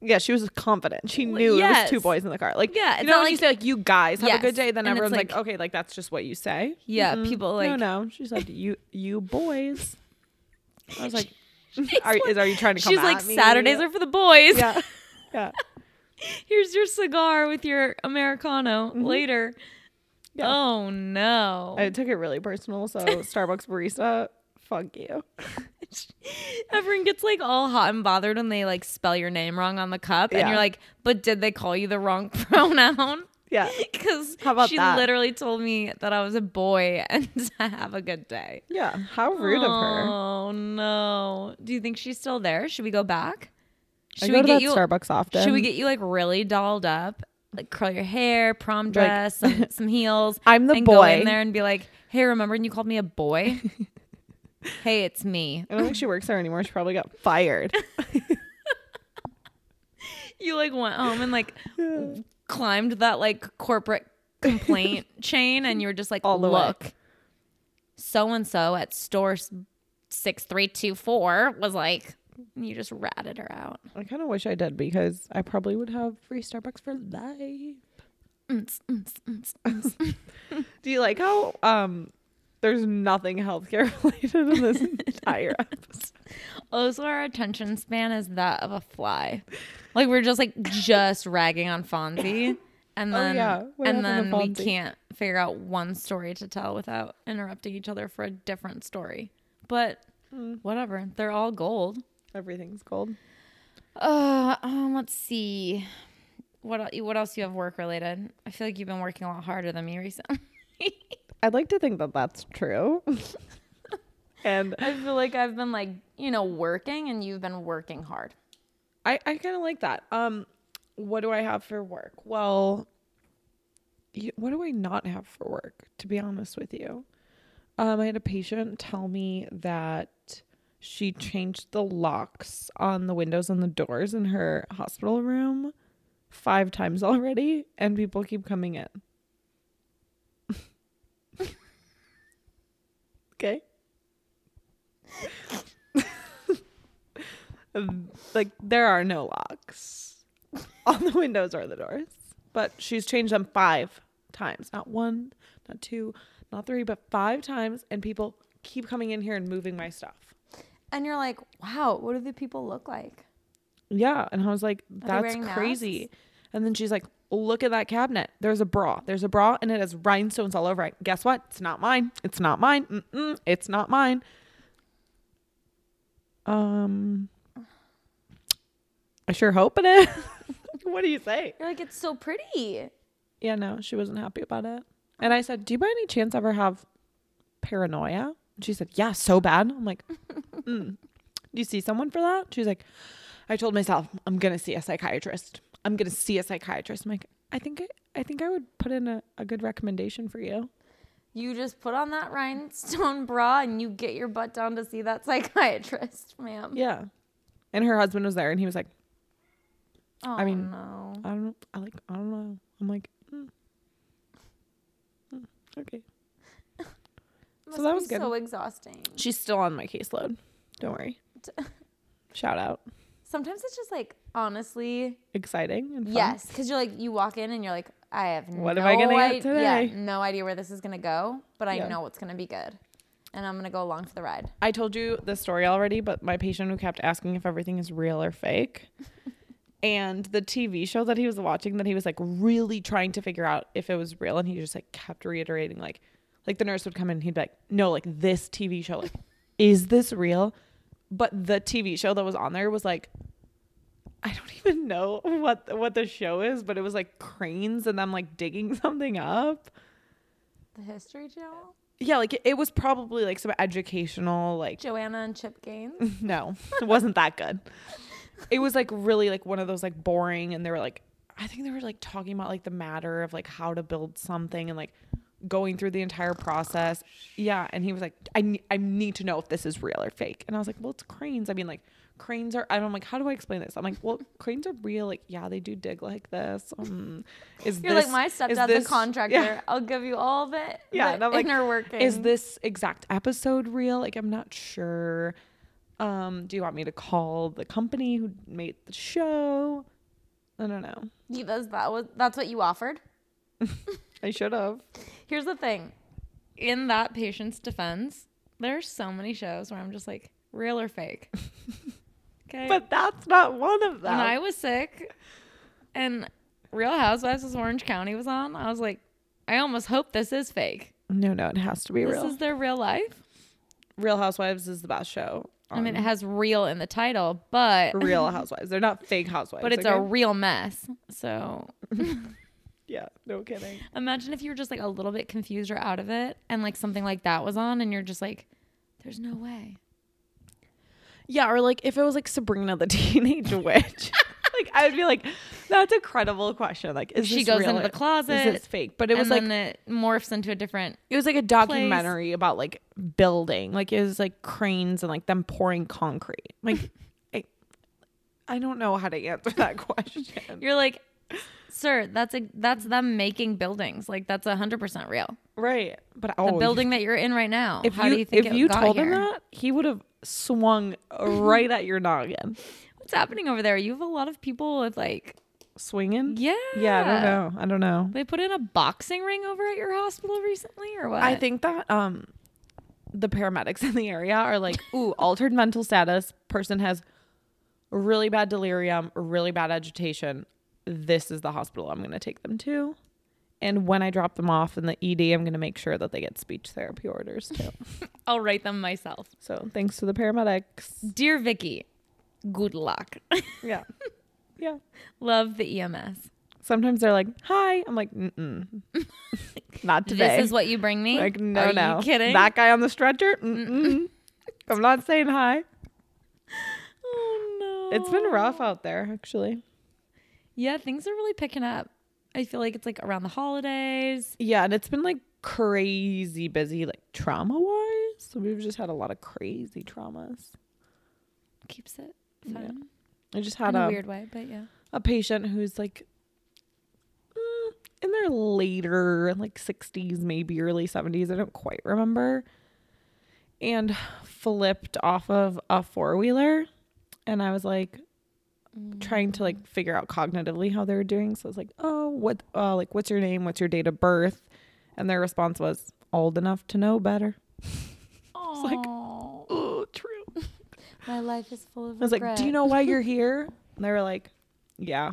Speaker 2: Yeah, she was confident. She
Speaker 3: Well,
Speaker 2: knew it was
Speaker 3: yes.
Speaker 2: two boys in the car. Like,
Speaker 3: Yeah,
Speaker 2: you
Speaker 3: it's
Speaker 2: know
Speaker 3: not
Speaker 2: when you
Speaker 3: like-
Speaker 2: say like "you guys have a good
Speaker 3: Yes,
Speaker 2: day," then
Speaker 3: and it's
Speaker 2: everyone's like,
Speaker 3: like-
Speaker 2: "Okay, like that's just what you say."
Speaker 3: Yeah,
Speaker 2: Mm-mm.
Speaker 3: people like.
Speaker 2: no, no. She said, "You, you boys." I was like, "Are is are you trying to come?"
Speaker 3: She's like,
Speaker 2: at me?"
Speaker 3: Saturdays are for the boys.
Speaker 2: yeah, yeah.
Speaker 3: Here's your cigar with your Americano later.
Speaker 2: Mm-hmm. Yeah.
Speaker 3: Oh, no.
Speaker 2: I took it really personal. So Starbucks barista, fuck you.
Speaker 3: Everyone gets like all hot and bothered when they like spell your name wrong on the cup. And
Speaker 2: Yeah.
Speaker 3: you're like, but did they call you the wrong pronoun?
Speaker 2: Yeah.
Speaker 3: Because
Speaker 2: How about
Speaker 3: she
Speaker 2: that?
Speaker 3: literally told me that I was a boy and to have a good day.
Speaker 2: Yeah, how rude of her.
Speaker 3: Oh no! Do you think she's still there? Should we go back?
Speaker 2: I
Speaker 3: Should
Speaker 2: go
Speaker 3: we
Speaker 2: to
Speaker 3: get
Speaker 2: that
Speaker 3: you?
Speaker 2: Starbucks often.
Speaker 3: Should we get you like really dolled up, like curl your hair, prom dress, some, some heels?
Speaker 2: I'm the
Speaker 3: and Go in
Speaker 2: boy.
Speaker 3: there and be like, "Hey, remember when you called me a boy? hey, it's me."
Speaker 2: I don't think she works there anymore. She probably got fired.
Speaker 3: You like went home and like climbed that like corporate complaint chain, and you were just like,
Speaker 2: All the way.
Speaker 3: "Look, so and so at store six three two four was like." and You just ratted her out.
Speaker 2: I kind of wish I did because I probably would have free Starbucks for life.
Speaker 3: Mm-ts, mm-ts, mm-ts.
Speaker 2: Do you like how um there's nothing healthcare related in this entire episode?
Speaker 1: Also, our attention span is that of a fly. Like we're just like just ragging on Fonzie, and
Speaker 4: Oh,
Speaker 1: then
Speaker 4: yeah. What
Speaker 1: and
Speaker 4: happened
Speaker 1: then
Speaker 4: to
Speaker 1: we
Speaker 4: Fonzie?
Speaker 1: can't figure out one story to tell without interrupting each other for a different story. But
Speaker 4: Mm.
Speaker 1: whatever, they're all gold.
Speaker 4: Everything's gold.
Speaker 1: Uh, um, let's see. What el- what else you have work related? I feel like you've been working a lot harder than me recently.
Speaker 2: I'd like to think that that's true. and
Speaker 1: I feel like I've been like you know working, and you've been working hard.
Speaker 2: I, I kind of like that. Um, what do I have for work? Well, you, what do I not have for work? To be honest with you, um, I had a patient tell me that she changed the locks on the windows and the doors in her hospital room five times already, and people keep coming in. okay. like there are no locks on the windows or the doors but she's changed them five times not one not two not three but five times and people keep coming in here and moving my stuff
Speaker 3: And you're like, wow, what do the people look like?
Speaker 2: yeah and i was like that's
Speaker 3: wearing
Speaker 2: crazy and then she's like look at that cabinet there's a bra there's a bra and it has rhinestones all over it guess what it's not mine it's not mine Mm-mm, it's not mine um i sure hope it is what do you say
Speaker 3: You're like, it's so pretty.
Speaker 2: Yeah, no, she wasn't happy about it. And I said, Do you by any chance ever have paranoia? And she said, Yeah, so bad. I'm like, mm. Do you see someone for that? She's like, I told myself, I'm going to see a psychiatrist. I'm going to see a psychiatrist. I'm like, I think I, I think I would put in a, a good recommendation for you.
Speaker 3: You just put on that rhinestone bra and you get your butt down to see that psychiatrist, ma'am.
Speaker 2: Yeah. And her husband was there and he was like,
Speaker 3: Oh,
Speaker 2: I mean-
Speaker 3: no.
Speaker 2: I don't know. I like, I don't know. I'm like, mm. Mm, okay.
Speaker 3: Must
Speaker 2: that
Speaker 3: be
Speaker 2: was good.
Speaker 3: so exhausting.
Speaker 2: She's still on my caseload. Don't worry. Shout out.
Speaker 3: Sometimes it's just like, honestly,
Speaker 2: Exciting and fun.
Speaker 3: Yes, because you're like you walk in and you're like, I have
Speaker 2: What
Speaker 3: no
Speaker 2: am I gonna get
Speaker 3: id-
Speaker 2: today?
Speaker 3: Yeah, no idea where this is gonna go, but I
Speaker 2: Yeah.
Speaker 3: know it's gonna be good, and I'm gonna go along for the ride.
Speaker 2: I told you the story already, but my patient who kept asking if everything is real or fake. and the TV show that he was watching that he was like really trying to figure out if it was real and he just like kept reiterating like like the nurse would come in and he'd be like, "No, like this TV show like is this real?" But the TV show that was on there was like I don't even know what what the show is, but it was like cranes and them like digging something up
Speaker 3: The History Channel,
Speaker 2: yeah, like it, it was probably like some educational, like
Speaker 3: Joanna and Chip Gaines.
Speaker 2: no, it wasn't that good. It was like really like one of those like boring, and they were like, I think they were like talking about like the matter of like how to build something and like going through the entire process. Yeah, and he was like, I ne- I need to know if this is real or fake, and I was like, well, it's cranes. I mean, like cranes are. And I'm like, how do I explain this? I'm like, well, cranes are real. Like, yeah, they do dig like this. Um, is
Speaker 3: You're
Speaker 2: this-
Speaker 3: like my
Speaker 2: is
Speaker 3: stepdad's
Speaker 2: this-
Speaker 3: a
Speaker 2: yeah."
Speaker 3: contractor. I'll give you all the
Speaker 2: Yeah,
Speaker 3: the
Speaker 2: and I'm like,
Speaker 3: inner working.
Speaker 2: is this exact episode real? Like, I'm not sure. Um, do you want me to call the company who made the show? I don't know.
Speaker 3: Yeah, that's- that was that's what you offered?
Speaker 2: I should have.
Speaker 1: Here's the thing. In that patient's defense, there are so many shows where I'm just like, real or fake. okay.
Speaker 2: But that's not one of them.
Speaker 1: when I was sick and Real Housewives of Orange County was on, I was like, I almost hope this is fake.
Speaker 2: no, no, it has to be
Speaker 1: This
Speaker 2: real.
Speaker 1: is their real life.
Speaker 2: real Housewives is the best show.
Speaker 1: I mean, it has real in the title, but
Speaker 2: on real Housewives. They're not fake Housewives.
Speaker 1: but it's
Speaker 2: okay?
Speaker 1: a real mess. So
Speaker 2: yeah. No kidding.
Speaker 1: imagine if you were just like a little bit confused or out of it and like something like that was on and you're just like, there's no way.
Speaker 2: Yeah, or like if it was like Sabrina the Teenage Witch. like I would be like, that's a credible question. Like, is
Speaker 1: She
Speaker 2: this
Speaker 1: goes
Speaker 2: real
Speaker 1: into
Speaker 2: or
Speaker 1: the closet,
Speaker 2: Is this fake? But it
Speaker 1: and
Speaker 2: was like
Speaker 1: then it morphs into a different
Speaker 2: it was like a documentary about like building like it was like cranes and like them pouring concrete like I, I don't know how to answer that question
Speaker 1: You're like, sir, that's a that's them making buildings. Like that's hundred percent real.
Speaker 2: right but
Speaker 1: The
Speaker 2: oh, you-
Speaker 1: building that you're in right now.
Speaker 2: if
Speaker 1: how
Speaker 2: you
Speaker 1: do you think
Speaker 2: if
Speaker 1: it
Speaker 2: you
Speaker 1: got
Speaker 2: told him
Speaker 1: here?
Speaker 2: that he would have swung right at your noggin
Speaker 1: What's happening over there? You have a lot of people with like,
Speaker 2: swinging
Speaker 1: yeah,
Speaker 2: yeah i don't know i don't know
Speaker 1: They put in a boxing ring over at your hospital recently, or what?
Speaker 2: I think that um the paramedics in the area are like, ooh, altered mental status. Person has really bad delirium, really bad agitation. This is the hospital I'm going to take them to. And when I drop them off in the ED, I'm going to make sure that they get speech therapy orders too.
Speaker 3: I'll write them myself.
Speaker 2: so thanks to the paramedics.
Speaker 3: Dear Vicky, good luck.
Speaker 2: Yeah. Yeah.
Speaker 3: Love the E EMS.
Speaker 2: Sometimes they're like, hi. I'm like, mm-mm. Not today.
Speaker 3: This is what you bring me.
Speaker 2: like, no,
Speaker 3: Are
Speaker 2: no.
Speaker 3: You kidding?
Speaker 2: That guy on the stretcher? Mm-mm. I'm not saying hi.
Speaker 3: oh no.
Speaker 2: It's been rough out there, actually.
Speaker 3: Yeah, things are really picking up. I feel like it's like around the holidays.
Speaker 2: Yeah, and it's been like crazy busy, like trauma wise. So we've just had a lot of crazy traumas.
Speaker 3: Keeps it
Speaker 2: Yeah.
Speaker 3: fun
Speaker 2: I just had
Speaker 3: in a
Speaker 2: a,
Speaker 3: weird way, but yeah.
Speaker 2: a patient who's like mm, in their later, like 60s, maybe early 70s. I don't quite remember. And flipped off of a four wheeler. And I was like, trying to like figure out cognitively how they were doing. So I was like, oh, what, uh, like, what's your name? What's your date of birth? And their response was, old enough to know better.
Speaker 5: It's
Speaker 2: like- Oh, true. I
Speaker 5: my life is full of.
Speaker 2: was like, do you
Speaker 5: regret.
Speaker 2: know why you're here? And they were like, yeah.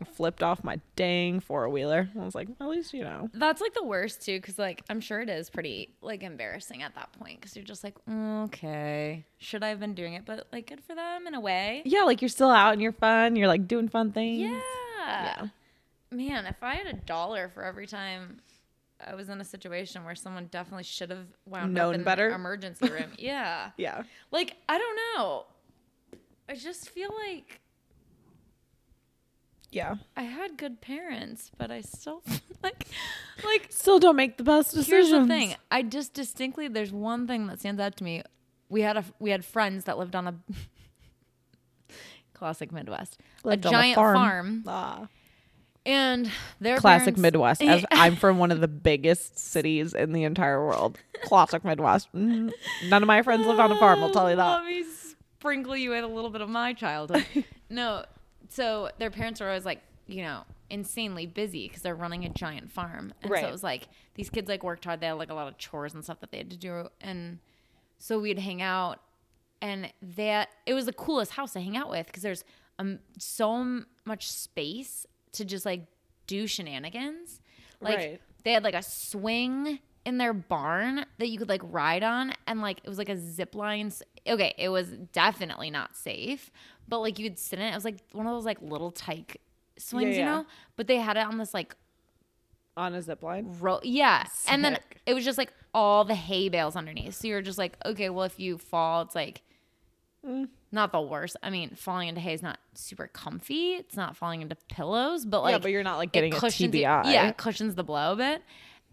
Speaker 2: I Flipped off my dang four wheeler. I was like, at least you know.
Speaker 3: That's like the worst too, because like I'm sure it is pretty like embarrassing at that point, because you're just like, okay, should I have been doing it? But like, good for them in a way.
Speaker 2: Yeah, like you're still out and you're fun. You're like doing fun things.
Speaker 3: Yeah.
Speaker 2: Yeah.
Speaker 3: Man, if I had a dollar for every time I was in a situation where someone definitely should have wound
Speaker 2: Known
Speaker 3: up in
Speaker 2: better?
Speaker 3: the emergency room, yeah.
Speaker 2: Yeah.
Speaker 3: Like I don't know. I just feel like
Speaker 2: Yeah.
Speaker 3: I had good parents, but I still like like
Speaker 2: Still don't make the best decisions.
Speaker 3: Here's the thing. I just distinctly there's one thing that stands out to me. We had a we had friends that lived on a classic Midwest,
Speaker 2: Lived
Speaker 3: a
Speaker 2: on a
Speaker 3: giant
Speaker 2: farm.
Speaker 3: farm.
Speaker 2: Ah.
Speaker 3: and their
Speaker 2: Classic
Speaker 3: parents-
Speaker 2: Midwest. As I'm from one of the biggest cities in the entire world. Classic Midwest. Mhm. None of my friends live on a farm. I'll tell you
Speaker 3: Let
Speaker 2: that.
Speaker 3: me sprinkle you with a little bit of my childhood. no, so their parents were always like, you know, insanely busy because they're running a giant farm, and so
Speaker 2: Right.
Speaker 3: it was like these kids like worked hard. They had like a lot of chores and stuff that they had to do, and so we'd hang out, and that it was the coolest house to hang out with because there's um so m- much space to just like do shenanigans. Like
Speaker 2: Right.
Speaker 3: they had like a swing in their barn that you could like ride on and like it was like a zip line s- okay it was definitely not safe but like you could sit in it it was like one of those like little tyke swings you
Speaker 2: yeah.
Speaker 3: know but they had it on this like
Speaker 2: On a zip line.
Speaker 3: rope yeah and then
Speaker 2: Sick.
Speaker 3: it was just like all the hay bales underneath so you're just like okay well if you fall it's like
Speaker 2: Mm.
Speaker 3: not the worst i mean falling into hay is not super comfy it's not falling into pillows but like
Speaker 2: yeah, but you're not like getting a
Speaker 3: it cushions it-
Speaker 2: TBI.
Speaker 3: yeah, it cushions the blow a bit.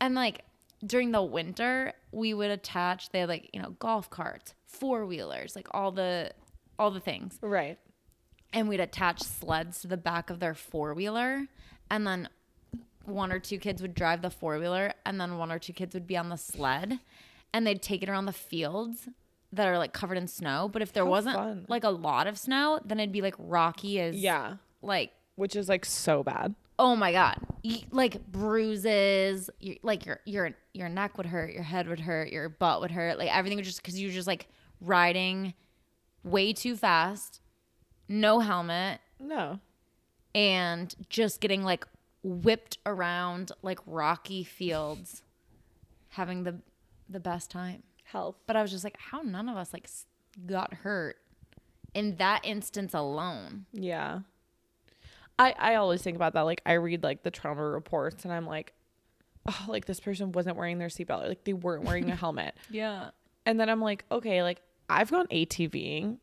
Speaker 3: And like during the winter, we would attach. They had like you know golf carts, four wheelers, like all the all the things,
Speaker 2: Right.
Speaker 3: and we'd attach sleds to the back of their four wheeler, and then one or two kids would drive the four wheeler, and then one or two kids would be on the sled, and they'd take it around the fields that are like covered in snow. But if there wasn't
Speaker 2: fun.
Speaker 3: like a lot of snow, then it'd be like rocky as
Speaker 2: Yeah.
Speaker 3: like
Speaker 2: Which is like so bad.
Speaker 3: oh my god Y- like bruises you, like your your your neck would hurt your head would hurt your butt would hurt like everything would just because you were just like riding way too fast no helmet
Speaker 2: No.
Speaker 3: and just getting like whipped around like rocky fields having the the best time
Speaker 2: Health.
Speaker 3: but i was just like how none of us like s- got hurt in that instance alone
Speaker 2: Yeah. I I always think about that. Like I read like the trauma reports and I'm like, oh, like this person wasn't wearing their seatbelt or like they weren't wearing a helmet.
Speaker 3: yeah
Speaker 2: And then I'm like, okay, like I've gone ATVing.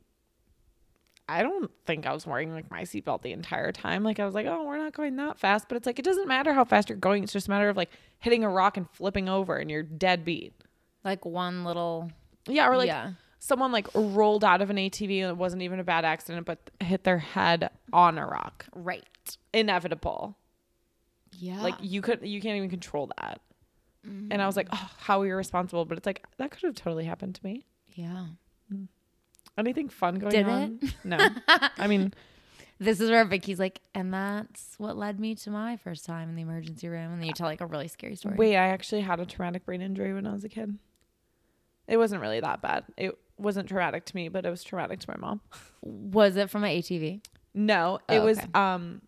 Speaker 2: I don't think I was wearing like my seatbelt the entire time. Like I was like, oh, we're not going that fast. But it's like it doesn't matter how fast you're going. It's just a matter of like hitting a rock and flipping over and you're dead beat.
Speaker 3: like one little
Speaker 2: Yeah, or like
Speaker 3: Yeah.
Speaker 2: someone like rolled out of an ATV and it wasn't even a bad accident, but hit their head on a rock.
Speaker 3: right
Speaker 2: Inevitable.
Speaker 3: yeah Mm-hmm.
Speaker 2: Like you could you can't even control that. And I was like, oh, how irresponsible. But it's like that could have totally happened to me.
Speaker 3: yeah
Speaker 2: Anything fun going
Speaker 3: Did
Speaker 2: on? No. I mean,
Speaker 3: This is where Vicky's like, and that's what led me to my first time in the emergency room. And then you tell like a really scary story.
Speaker 2: wait, I actually had a traumatic brain injury when I was a kid. It wasn't really that bad. It wasn't traumatic to me, but it was traumatic to my mom.
Speaker 3: Was it from an ATV?
Speaker 2: No, it
Speaker 3: Oh,
Speaker 2: was
Speaker 3: okay.
Speaker 2: um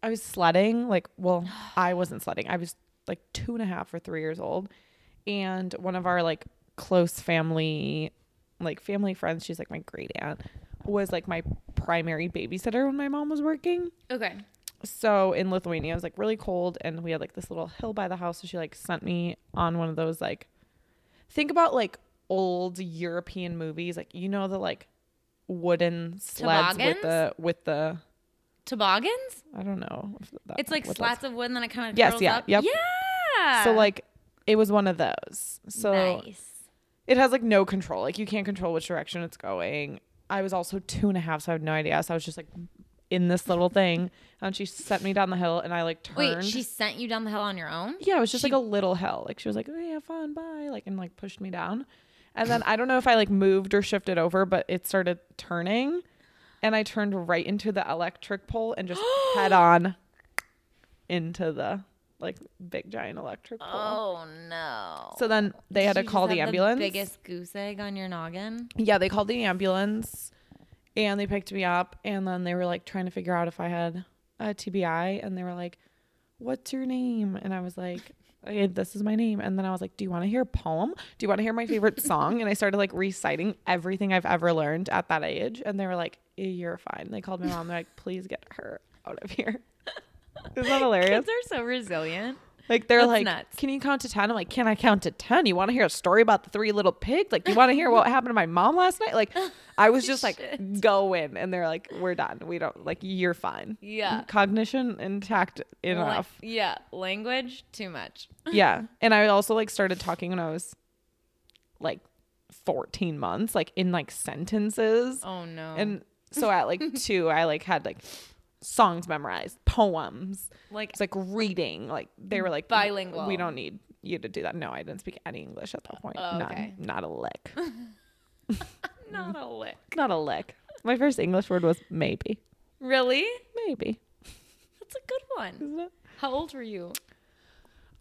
Speaker 2: I was sledding, like well, I wasn't sledding. I was like two and a half or three years old. And one of our like close family like family friends, she's like my great aunt, was like my primary babysitter when my mom was working.
Speaker 3: Okay.
Speaker 2: So in Lithuania it was like really cold and we had like this little hill by the house. So she like sent me on one of those like think about like old European movies, like you know the like wooden sleds with
Speaker 3: Toboggans?
Speaker 2: the with the
Speaker 3: Toboggans?
Speaker 2: I don't know. If that,
Speaker 3: It's like
Speaker 2: what that's-
Speaker 3: slats of wood and then it kind of
Speaker 2: Yes,
Speaker 3: curls
Speaker 2: yeah,
Speaker 3: up.
Speaker 2: yep.
Speaker 3: Yeah.
Speaker 2: So like it was one of those. So
Speaker 3: nice.
Speaker 2: it has like no control. Like you can't control which direction it's going. I was also two and a half, so I had no idea. So I was just like in this little thing, and she sent me down the hill, and I like turned.
Speaker 3: Wait, she sent you down the hill on your own?
Speaker 2: yeah, it was just
Speaker 3: she-
Speaker 2: like a little hill. Like she was like, "Oh, yeah, fun, bye," like and like pushed me down, and then I don't know if I like moved or shifted over, but it started turning, and I turned right into the electric pole and just head on into the like big giant electric pole.
Speaker 3: Oh no.
Speaker 2: So then they had
Speaker 3: Did
Speaker 2: to
Speaker 3: you
Speaker 2: call
Speaker 3: just
Speaker 2: the
Speaker 3: have
Speaker 2: ambulance.
Speaker 3: biggest goose egg on your noggin.
Speaker 2: yeah, they called the ambulance and they picked me up and then they were like trying to figure out if I had a TBI and they were like, What's your name? And I was like, okay, this is my name. And then I was like, Do you want to hear a poem? Do you want to hear my favorite song? And I started like reciting everything I've ever learned at that age. And they were like, "Eh, You're fine. They called my mom. They're like, Please get her out of here. Isn't that hilarious?
Speaker 3: Kids are so resilient.
Speaker 2: Like they're
Speaker 3: That's
Speaker 2: like,
Speaker 3: nuts.
Speaker 2: can you count to ten? I'm like, can I count to ten? You want to hear a story about the three little pigs? Like, you want to hear what happened to my mom last night? Like, I was just like, go in, and they're like, we're done. We don't like, you're fine.
Speaker 3: Yeah.
Speaker 2: cognition intact
Speaker 3: Lan-
Speaker 2: enough.
Speaker 3: yeah, language too much.
Speaker 2: yeah, and I also like started talking when I was like 14 months, like in like sentences.
Speaker 3: Oh no.
Speaker 2: And so at like two, I like had like songs memorized, poems.
Speaker 3: like
Speaker 2: It's like reading. Like they were like
Speaker 3: Bilingual.
Speaker 2: We don't need you to do that. No, I didn't speak any English at that point.
Speaker 3: Oh,
Speaker 2: None.
Speaker 3: okay.
Speaker 2: Not a lick.
Speaker 3: not a lick.
Speaker 2: Not a lick. My first English word was maybe.
Speaker 3: Really?
Speaker 2: Maybe.
Speaker 3: That's a good one.
Speaker 2: Isn't it?
Speaker 3: How old were you?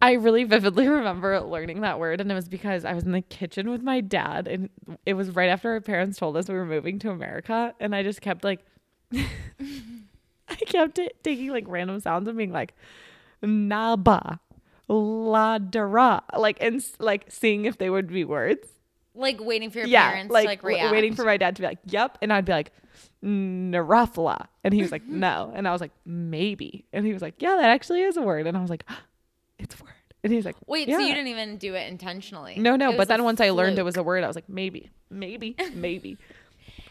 Speaker 2: I really vividly remember learning that word, and it was because I was in the kitchen with my dad, and it was right after our parents told us we were moving to America, and I just kept like, I kept it taking like random sounds and being like, naba, ladra, like and s- like seeing if they would be words.
Speaker 3: Like waiting for your
Speaker 2: yeah,
Speaker 3: parents
Speaker 2: like,
Speaker 3: to like
Speaker 2: w-
Speaker 3: react.
Speaker 2: waiting for my dad to be like, "Yep," and I'd be like, "Narafla," and he was like, "No," and I was like, "Maybe," and he was like, "Yeah, that actually is a word," and I was like, "It's a word," and he's like,
Speaker 3: Wait,
Speaker 2: yeah.
Speaker 3: so you didn't even do it intentionally.
Speaker 2: No,
Speaker 3: It
Speaker 2: no.
Speaker 3: was
Speaker 2: But
Speaker 3: a
Speaker 2: then once I learned it
Speaker 3: fluke.
Speaker 2: was a word, I was like, maybe, maybe, maybe.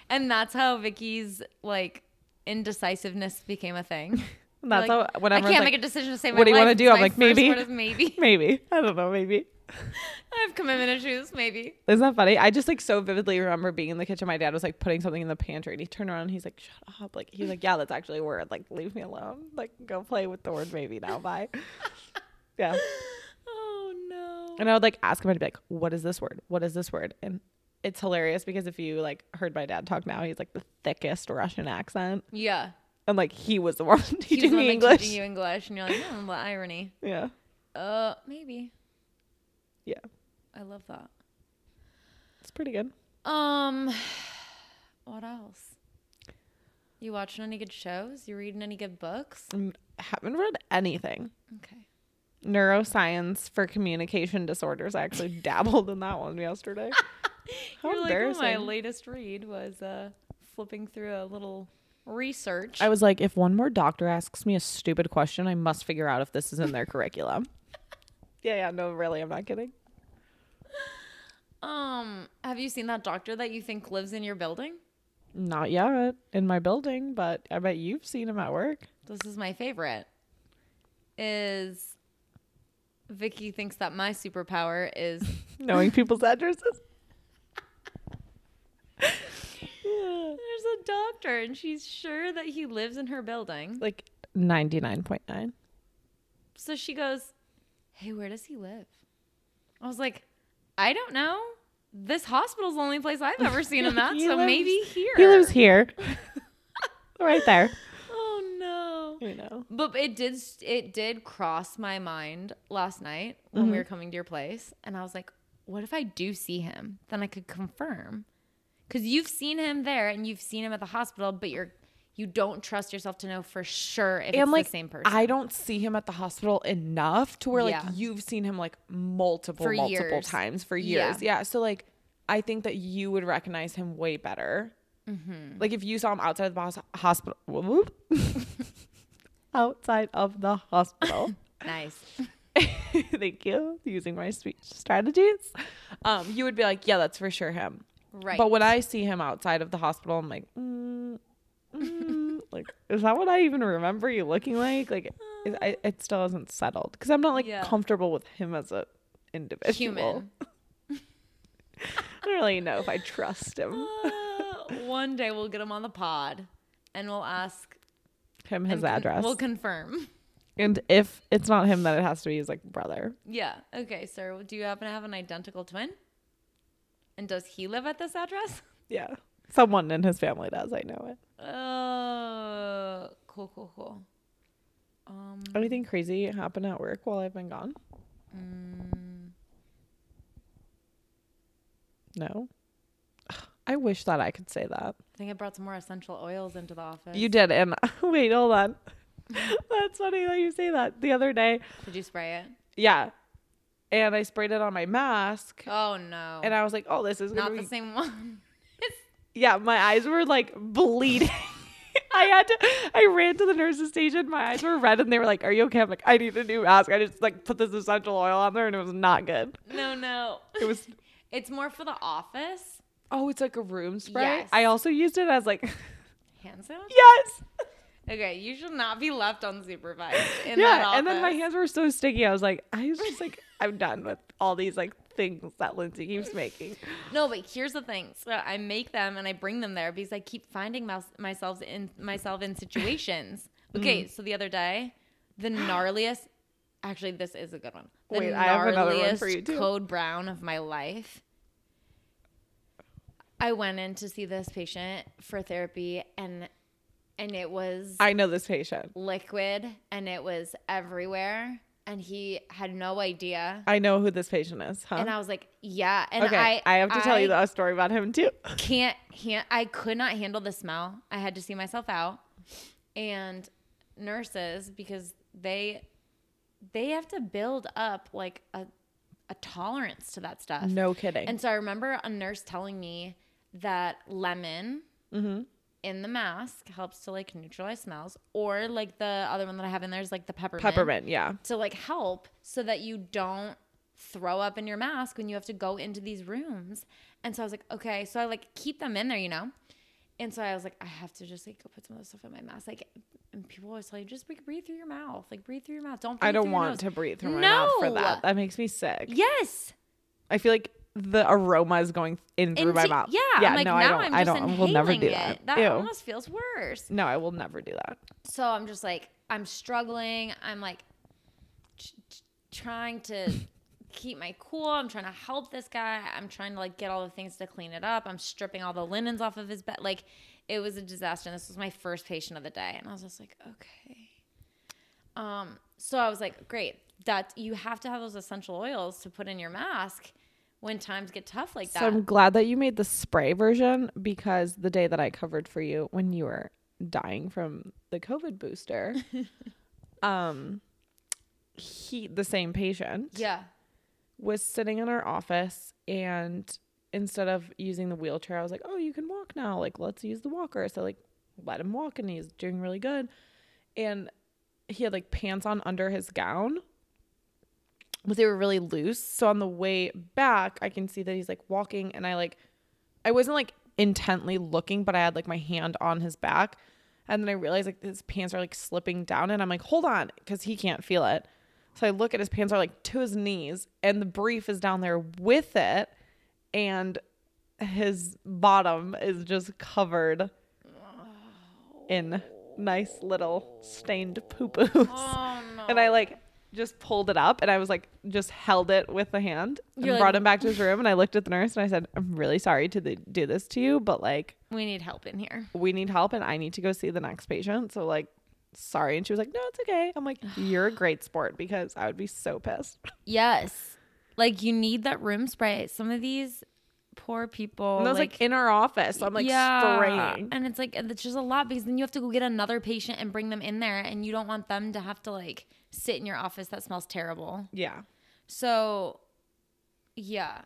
Speaker 3: And that's how Vicky's like indecisiveness became a thing.
Speaker 2: And that's
Speaker 3: You're like,
Speaker 2: how whenever
Speaker 3: I can't
Speaker 2: like,
Speaker 3: make a decision to save my
Speaker 2: "What do you
Speaker 3: life,
Speaker 2: wanna do?"
Speaker 3: it's
Speaker 2: I'm
Speaker 3: my
Speaker 2: like,
Speaker 3: first
Speaker 2: "Maybe."
Speaker 3: word is maybe.
Speaker 2: maybe. I don't know, maybe.
Speaker 3: I have commitment issues. Maybe.
Speaker 2: Isn't that funny? I just like so vividly remember being in the kitchen. My dad was like putting something in the pantry and he turned around and he's like, Shut up. Like he's like, Yeah, that's actually a word. Like, leave me alone. Like, go play with the word maybe now. Bye. yeah.
Speaker 3: Oh no.
Speaker 2: And I would like ask him I'd be like, What is this word? What is this word? And it's hilarious because if you like heard my dad talk now, he's like the thickest Russian accent.
Speaker 3: Yeah.
Speaker 2: And like he was the one
Speaker 3: He's
Speaker 2: teaching
Speaker 3: the one
Speaker 2: me
Speaker 3: that
Speaker 2: English.
Speaker 3: teaching you English, and you're like, oh, the irony.
Speaker 2: Yeah.
Speaker 3: Uh, maybe.
Speaker 2: Yeah.
Speaker 3: I love that.
Speaker 2: It's pretty good.
Speaker 3: Um, what else? You watching any good shows? You reading any good books?
Speaker 2: Mm, haven't read anything.
Speaker 3: Okay.
Speaker 2: Neuroscience for communication disorders. I actually dabbled in that one yesterday. How
Speaker 3: You're like, oh,
Speaker 2: embarrassing.
Speaker 3: my latest read was uh, flipping through a little research.
Speaker 2: I was like, if one more doctor asks me a stupid question, I must figure out if this is in their curriculum. Yeah, yeah, no, really, I'm not kidding.
Speaker 3: um, have you seen that doctor that you think lives in your building?
Speaker 2: Not yet in my building, but I bet you've seen him at work.
Speaker 3: This is my favorite. Is Vicky thinks that my superpower is
Speaker 2: Knowing people's addresses.
Speaker 3: There's a doctor, and she's sure that he lives in her building.
Speaker 2: Like 99.9.
Speaker 3: So she goes, Hey, where does he live? I was like, I don't know. This hospital's the only place I've ever seen him at,
Speaker 2: He
Speaker 3: so
Speaker 2: lives-
Speaker 3: maybe here.
Speaker 2: He lives here. right there.
Speaker 3: Oh no.
Speaker 2: You know.
Speaker 3: But it did
Speaker 2: Mm-hmm.
Speaker 3: it did cross my mind last night when we were coming to your place, and I was like, what if I do see him? Then I could confirm. Cuz you've seen him there and you've seen him at the hospital, but you're you don't trust yourself to know for sure if it's
Speaker 2: and like
Speaker 3: the same person.
Speaker 2: I don't see him at the hospital enough to where like
Speaker 3: Yeah.
Speaker 2: you've seen him like multiple
Speaker 3: For
Speaker 2: multiple
Speaker 3: years.
Speaker 2: times for
Speaker 3: Yeah.
Speaker 2: years. Yeah. So like I think that you would recognize him way better.
Speaker 3: Mm-hmm.
Speaker 2: Like if you saw him outside of the hos- hospital, whoop. outside of the hospital.
Speaker 3: nice.
Speaker 2: Thank you. Using my speech strategies, um, you would be like, yeah, that's for sure him.
Speaker 3: Right.
Speaker 2: But when I see him outside of the hospital, I'm like, mm, mm, like, is that what I even remember you looking like? Like, is, I, it still isn't settled because I'm not like
Speaker 6: Yeah.
Speaker 2: comfortable with him as a individual.
Speaker 3: human.
Speaker 2: I don't really know if I trust him.
Speaker 3: Uh, one day we'll get him on the pod and we'll ask
Speaker 2: Him his
Speaker 3: and con-
Speaker 2: address,
Speaker 3: We'll confirm.
Speaker 2: and if it's not him, then it has to be his like brother.
Speaker 3: Yeah. Okay, sir. Do you happen to have an identical twin? And does he live at this address?
Speaker 2: Yeah, someone in his family does. I know it. Uh,
Speaker 3: Mm-hmm. Oh, cool, cool, cool. Um,
Speaker 2: Anything crazy happened at work while I've been gone? No. I wish that I could say that.
Speaker 3: I think I brought some more essential oils into the office.
Speaker 2: You did, and wait, hold on. That's funny that you say that. The other day,
Speaker 3: Did you spray it?
Speaker 2: yeah, and I sprayed it on my mask,
Speaker 3: Oh no.
Speaker 2: and I was like, "Oh, this is gonna
Speaker 3: Not
Speaker 2: be."
Speaker 3: the same one.
Speaker 2: Yeah, my eyes were like bleeding. I had to. I ran to the nurses station. My eyes were red, and they were like, "Are you okay?" I'm like, "I need a new mask." I just like put this essential oil on there, and it was not good.
Speaker 3: no, no.
Speaker 2: It was
Speaker 3: It's more for the office.
Speaker 2: Oh, it's like a room spray.
Speaker 3: Yes.
Speaker 2: I also used it as like,
Speaker 3: Hand sanitizer.
Speaker 2: yes,
Speaker 3: Okay, you should not be left unsupervised in that
Speaker 2: yeah.
Speaker 3: office.
Speaker 2: And then my hands were so sticky. I was like, I was just like, I'm done with all these like things that Lindsay keeps making.
Speaker 3: No, but here's the thing. So I make them and I bring them there because I keep finding mous- myself in myself in situations.
Speaker 2: Mm.
Speaker 3: Okay, so the other day, the gnarliest. Actually, this is a good one. The
Speaker 2: Wait,
Speaker 3: gnarliest
Speaker 2: I have another one for you, too.
Speaker 3: code brown of my life. I went in to see this patient for therapy, and and it was
Speaker 2: I know this patient.
Speaker 3: liquid, and it was everywhere, and he had no idea.
Speaker 2: I know who this patient is. Huh?
Speaker 3: And I was like, yeah. And
Speaker 2: Uh-huh. okay,
Speaker 3: I,
Speaker 2: I, have to tell you
Speaker 3: I-
Speaker 2: the story about him too.
Speaker 3: can't han- I could not handle the smell. I had to see myself out. And nurses because they they have to build up like a a tolerance to that stuff.
Speaker 2: No kidding.
Speaker 3: And so I remember a nurse telling me that lemon
Speaker 2: Mm-hmm.
Speaker 3: in the mask helps to like neutralize smells or like the other one that I have in there is like the peppermint
Speaker 2: Peppermint. Yeah.
Speaker 3: to like help so that you don't throw up in your mask when you have to go into these rooms. And so I was like, okay, so I like keep them in there, you know? And so I was like, I have to just like go put some of this stuff in my mask. Like, and people always tell you, just like breathe through your mouth. Like, breathe through your mouth. Don't breathe
Speaker 2: I
Speaker 3: through
Speaker 2: don't
Speaker 3: your
Speaker 2: want
Speaker 3: nose.
Speaker 2: to breathe through my mouth for
Speaker 3: No.
Speaker 2: that. That makes me sick.
Speaker 3: Yes.
Speaker 2: I feel like the aroma is going in through my
Speaker 3: Into-
Speaker 2: mouth.
Speaker 3: Yeah. I'm like,
Speaker 2: no,
Speaker 3: now
Speaker 2: I don't.
Speaker 3: am
Speaker 2: I
Speaker 3: just
Speaker 2: don't. I will never do
Speaker 3: inhaling
Speaker 2: that.
Speaker 3: It. That
Speaker 2: Ew.
Speaker 3: almost feels worse.
Speaker 2: no, I will never do that.
Speaker 3: So I'm just like, I'm struggling. I'm like tr- tr- trying to keep my cool. I'm trying to help this guy. I'm trying to like get all the things to clean it up. I'm stripping all the linens off of his bed. Like it was a disaster. And this was my first patient of the day. And I was just like, okay. Um, so I was like, great. That you have to have those essential oils to put in your mask when times get tough like that.
Speaker 2: So I'm glad that you made the spray version because the day that I covered for you when you were dying from the COVID booster, um, he the same patient
Speaker 3: yeah.
Speaker 2: was sitting in our office and instead of using the wheelchair, I was like, "Oh, you can walk now. Like, let's use the walker." So like, let him walk, and he's doing really good. And he had like pants on under his gown, but they were really loose. So on the way back, I can see that he's like walking, and I like, I wasn't like intently looking, but I had like my hand on his back, and then I realized like his pants are like slipping down, and I'm like, "Hold on," because he can't feel it. So I look at his pants are like to his knees, and the brief is down there with it, and his bottom is just covered in nice little stained poo poos.
Speaker 3: Oh,
Speaker 2: And I like just pulled it up and I was like, just held it with the hand and
Speaker 3: You're like-
Speaker 2: brought him back to his room. And I looked at the nurse and I said, I'm really sorry to the- do this to you, but like,
Speaker 3: We need help in here.
Speaker 2: we need help and I need to go see the next patient. So like, sorry. And she was like, no, it's okay. I'm like, you're a great sport because I would be so pissed.
Speaker 3: Yes. Like you need that room spray. Some of these poor people
Speaker 2: And that was like,
Speaker 3: like,
Speaker 2: in our office. I'm like spraying.
Speaker 3: And it's like it's just a lot because then you have to go get another patient and bring them in there and you don't want them to have to like sit in your office that smells terrible.
Speaker 2: Yeah.
Speaker 3: So yeah.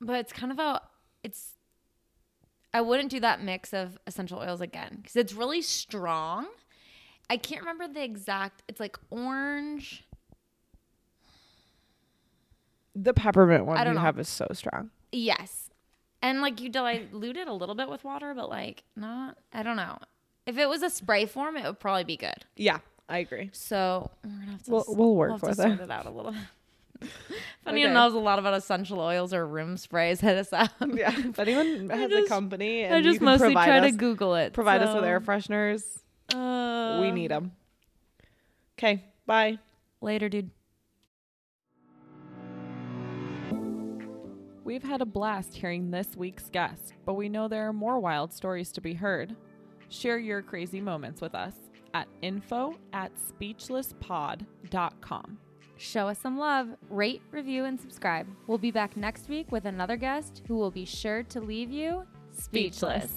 Speaker 3: But it's kind of a it's I wouldn't do that mix of essential oils again cuz it's really strong. I can't remember the exact it's like orange
Speaker 2: The peppermint one
Speaker 3: I don't
Speaker 2: you
Speaker 3: know.
Speaker 2: have is so strong.
Speaker 3: Yes. And like you dilute it a little bit with water, but like not, I don't know. If it was a spray form, it would probably be good.
Speaker 2: Yeah, I agree.
Speaker 3: So we're gonna have to.
Speaker 2: We'll- we'll work
Speaker 3: have to
Speaker 2: with it.
Speaker 3: sort it out a little. Funny
Speaker 2: Okay.
Speaker 3: knows a lot about essential oils or room sprays. Hit us up.
Speaker 2: Yeah. If anyone has
Speaker 3: just-
Speaker 2: a company and
Speaker 3: I
Speaker 2: you
Speaker 3: just
Speaker 2: can
Speaker 3: mostly
Speaker 2: provide
Speaker 3: try
Speaker 2: us,
Speaker 3: to Google it.
Speaker 2: provide us with
Speaker 3: so,
Speaker 2: air fresheners,
Speaker 3: Uh,
Speaker 2: we need them. Okay. Bye.
Speaker 3: later, dude.
Speaker 2: We've had a blast hearing this week's guest, but we know there are more wild stories to be heard. Share your crazy moments with us at info at speechlesspod.com.
Speaker 1: Show us some love, rate, review, and subscribe. We'll be back next week with another guest who will be sure to leave you speechless.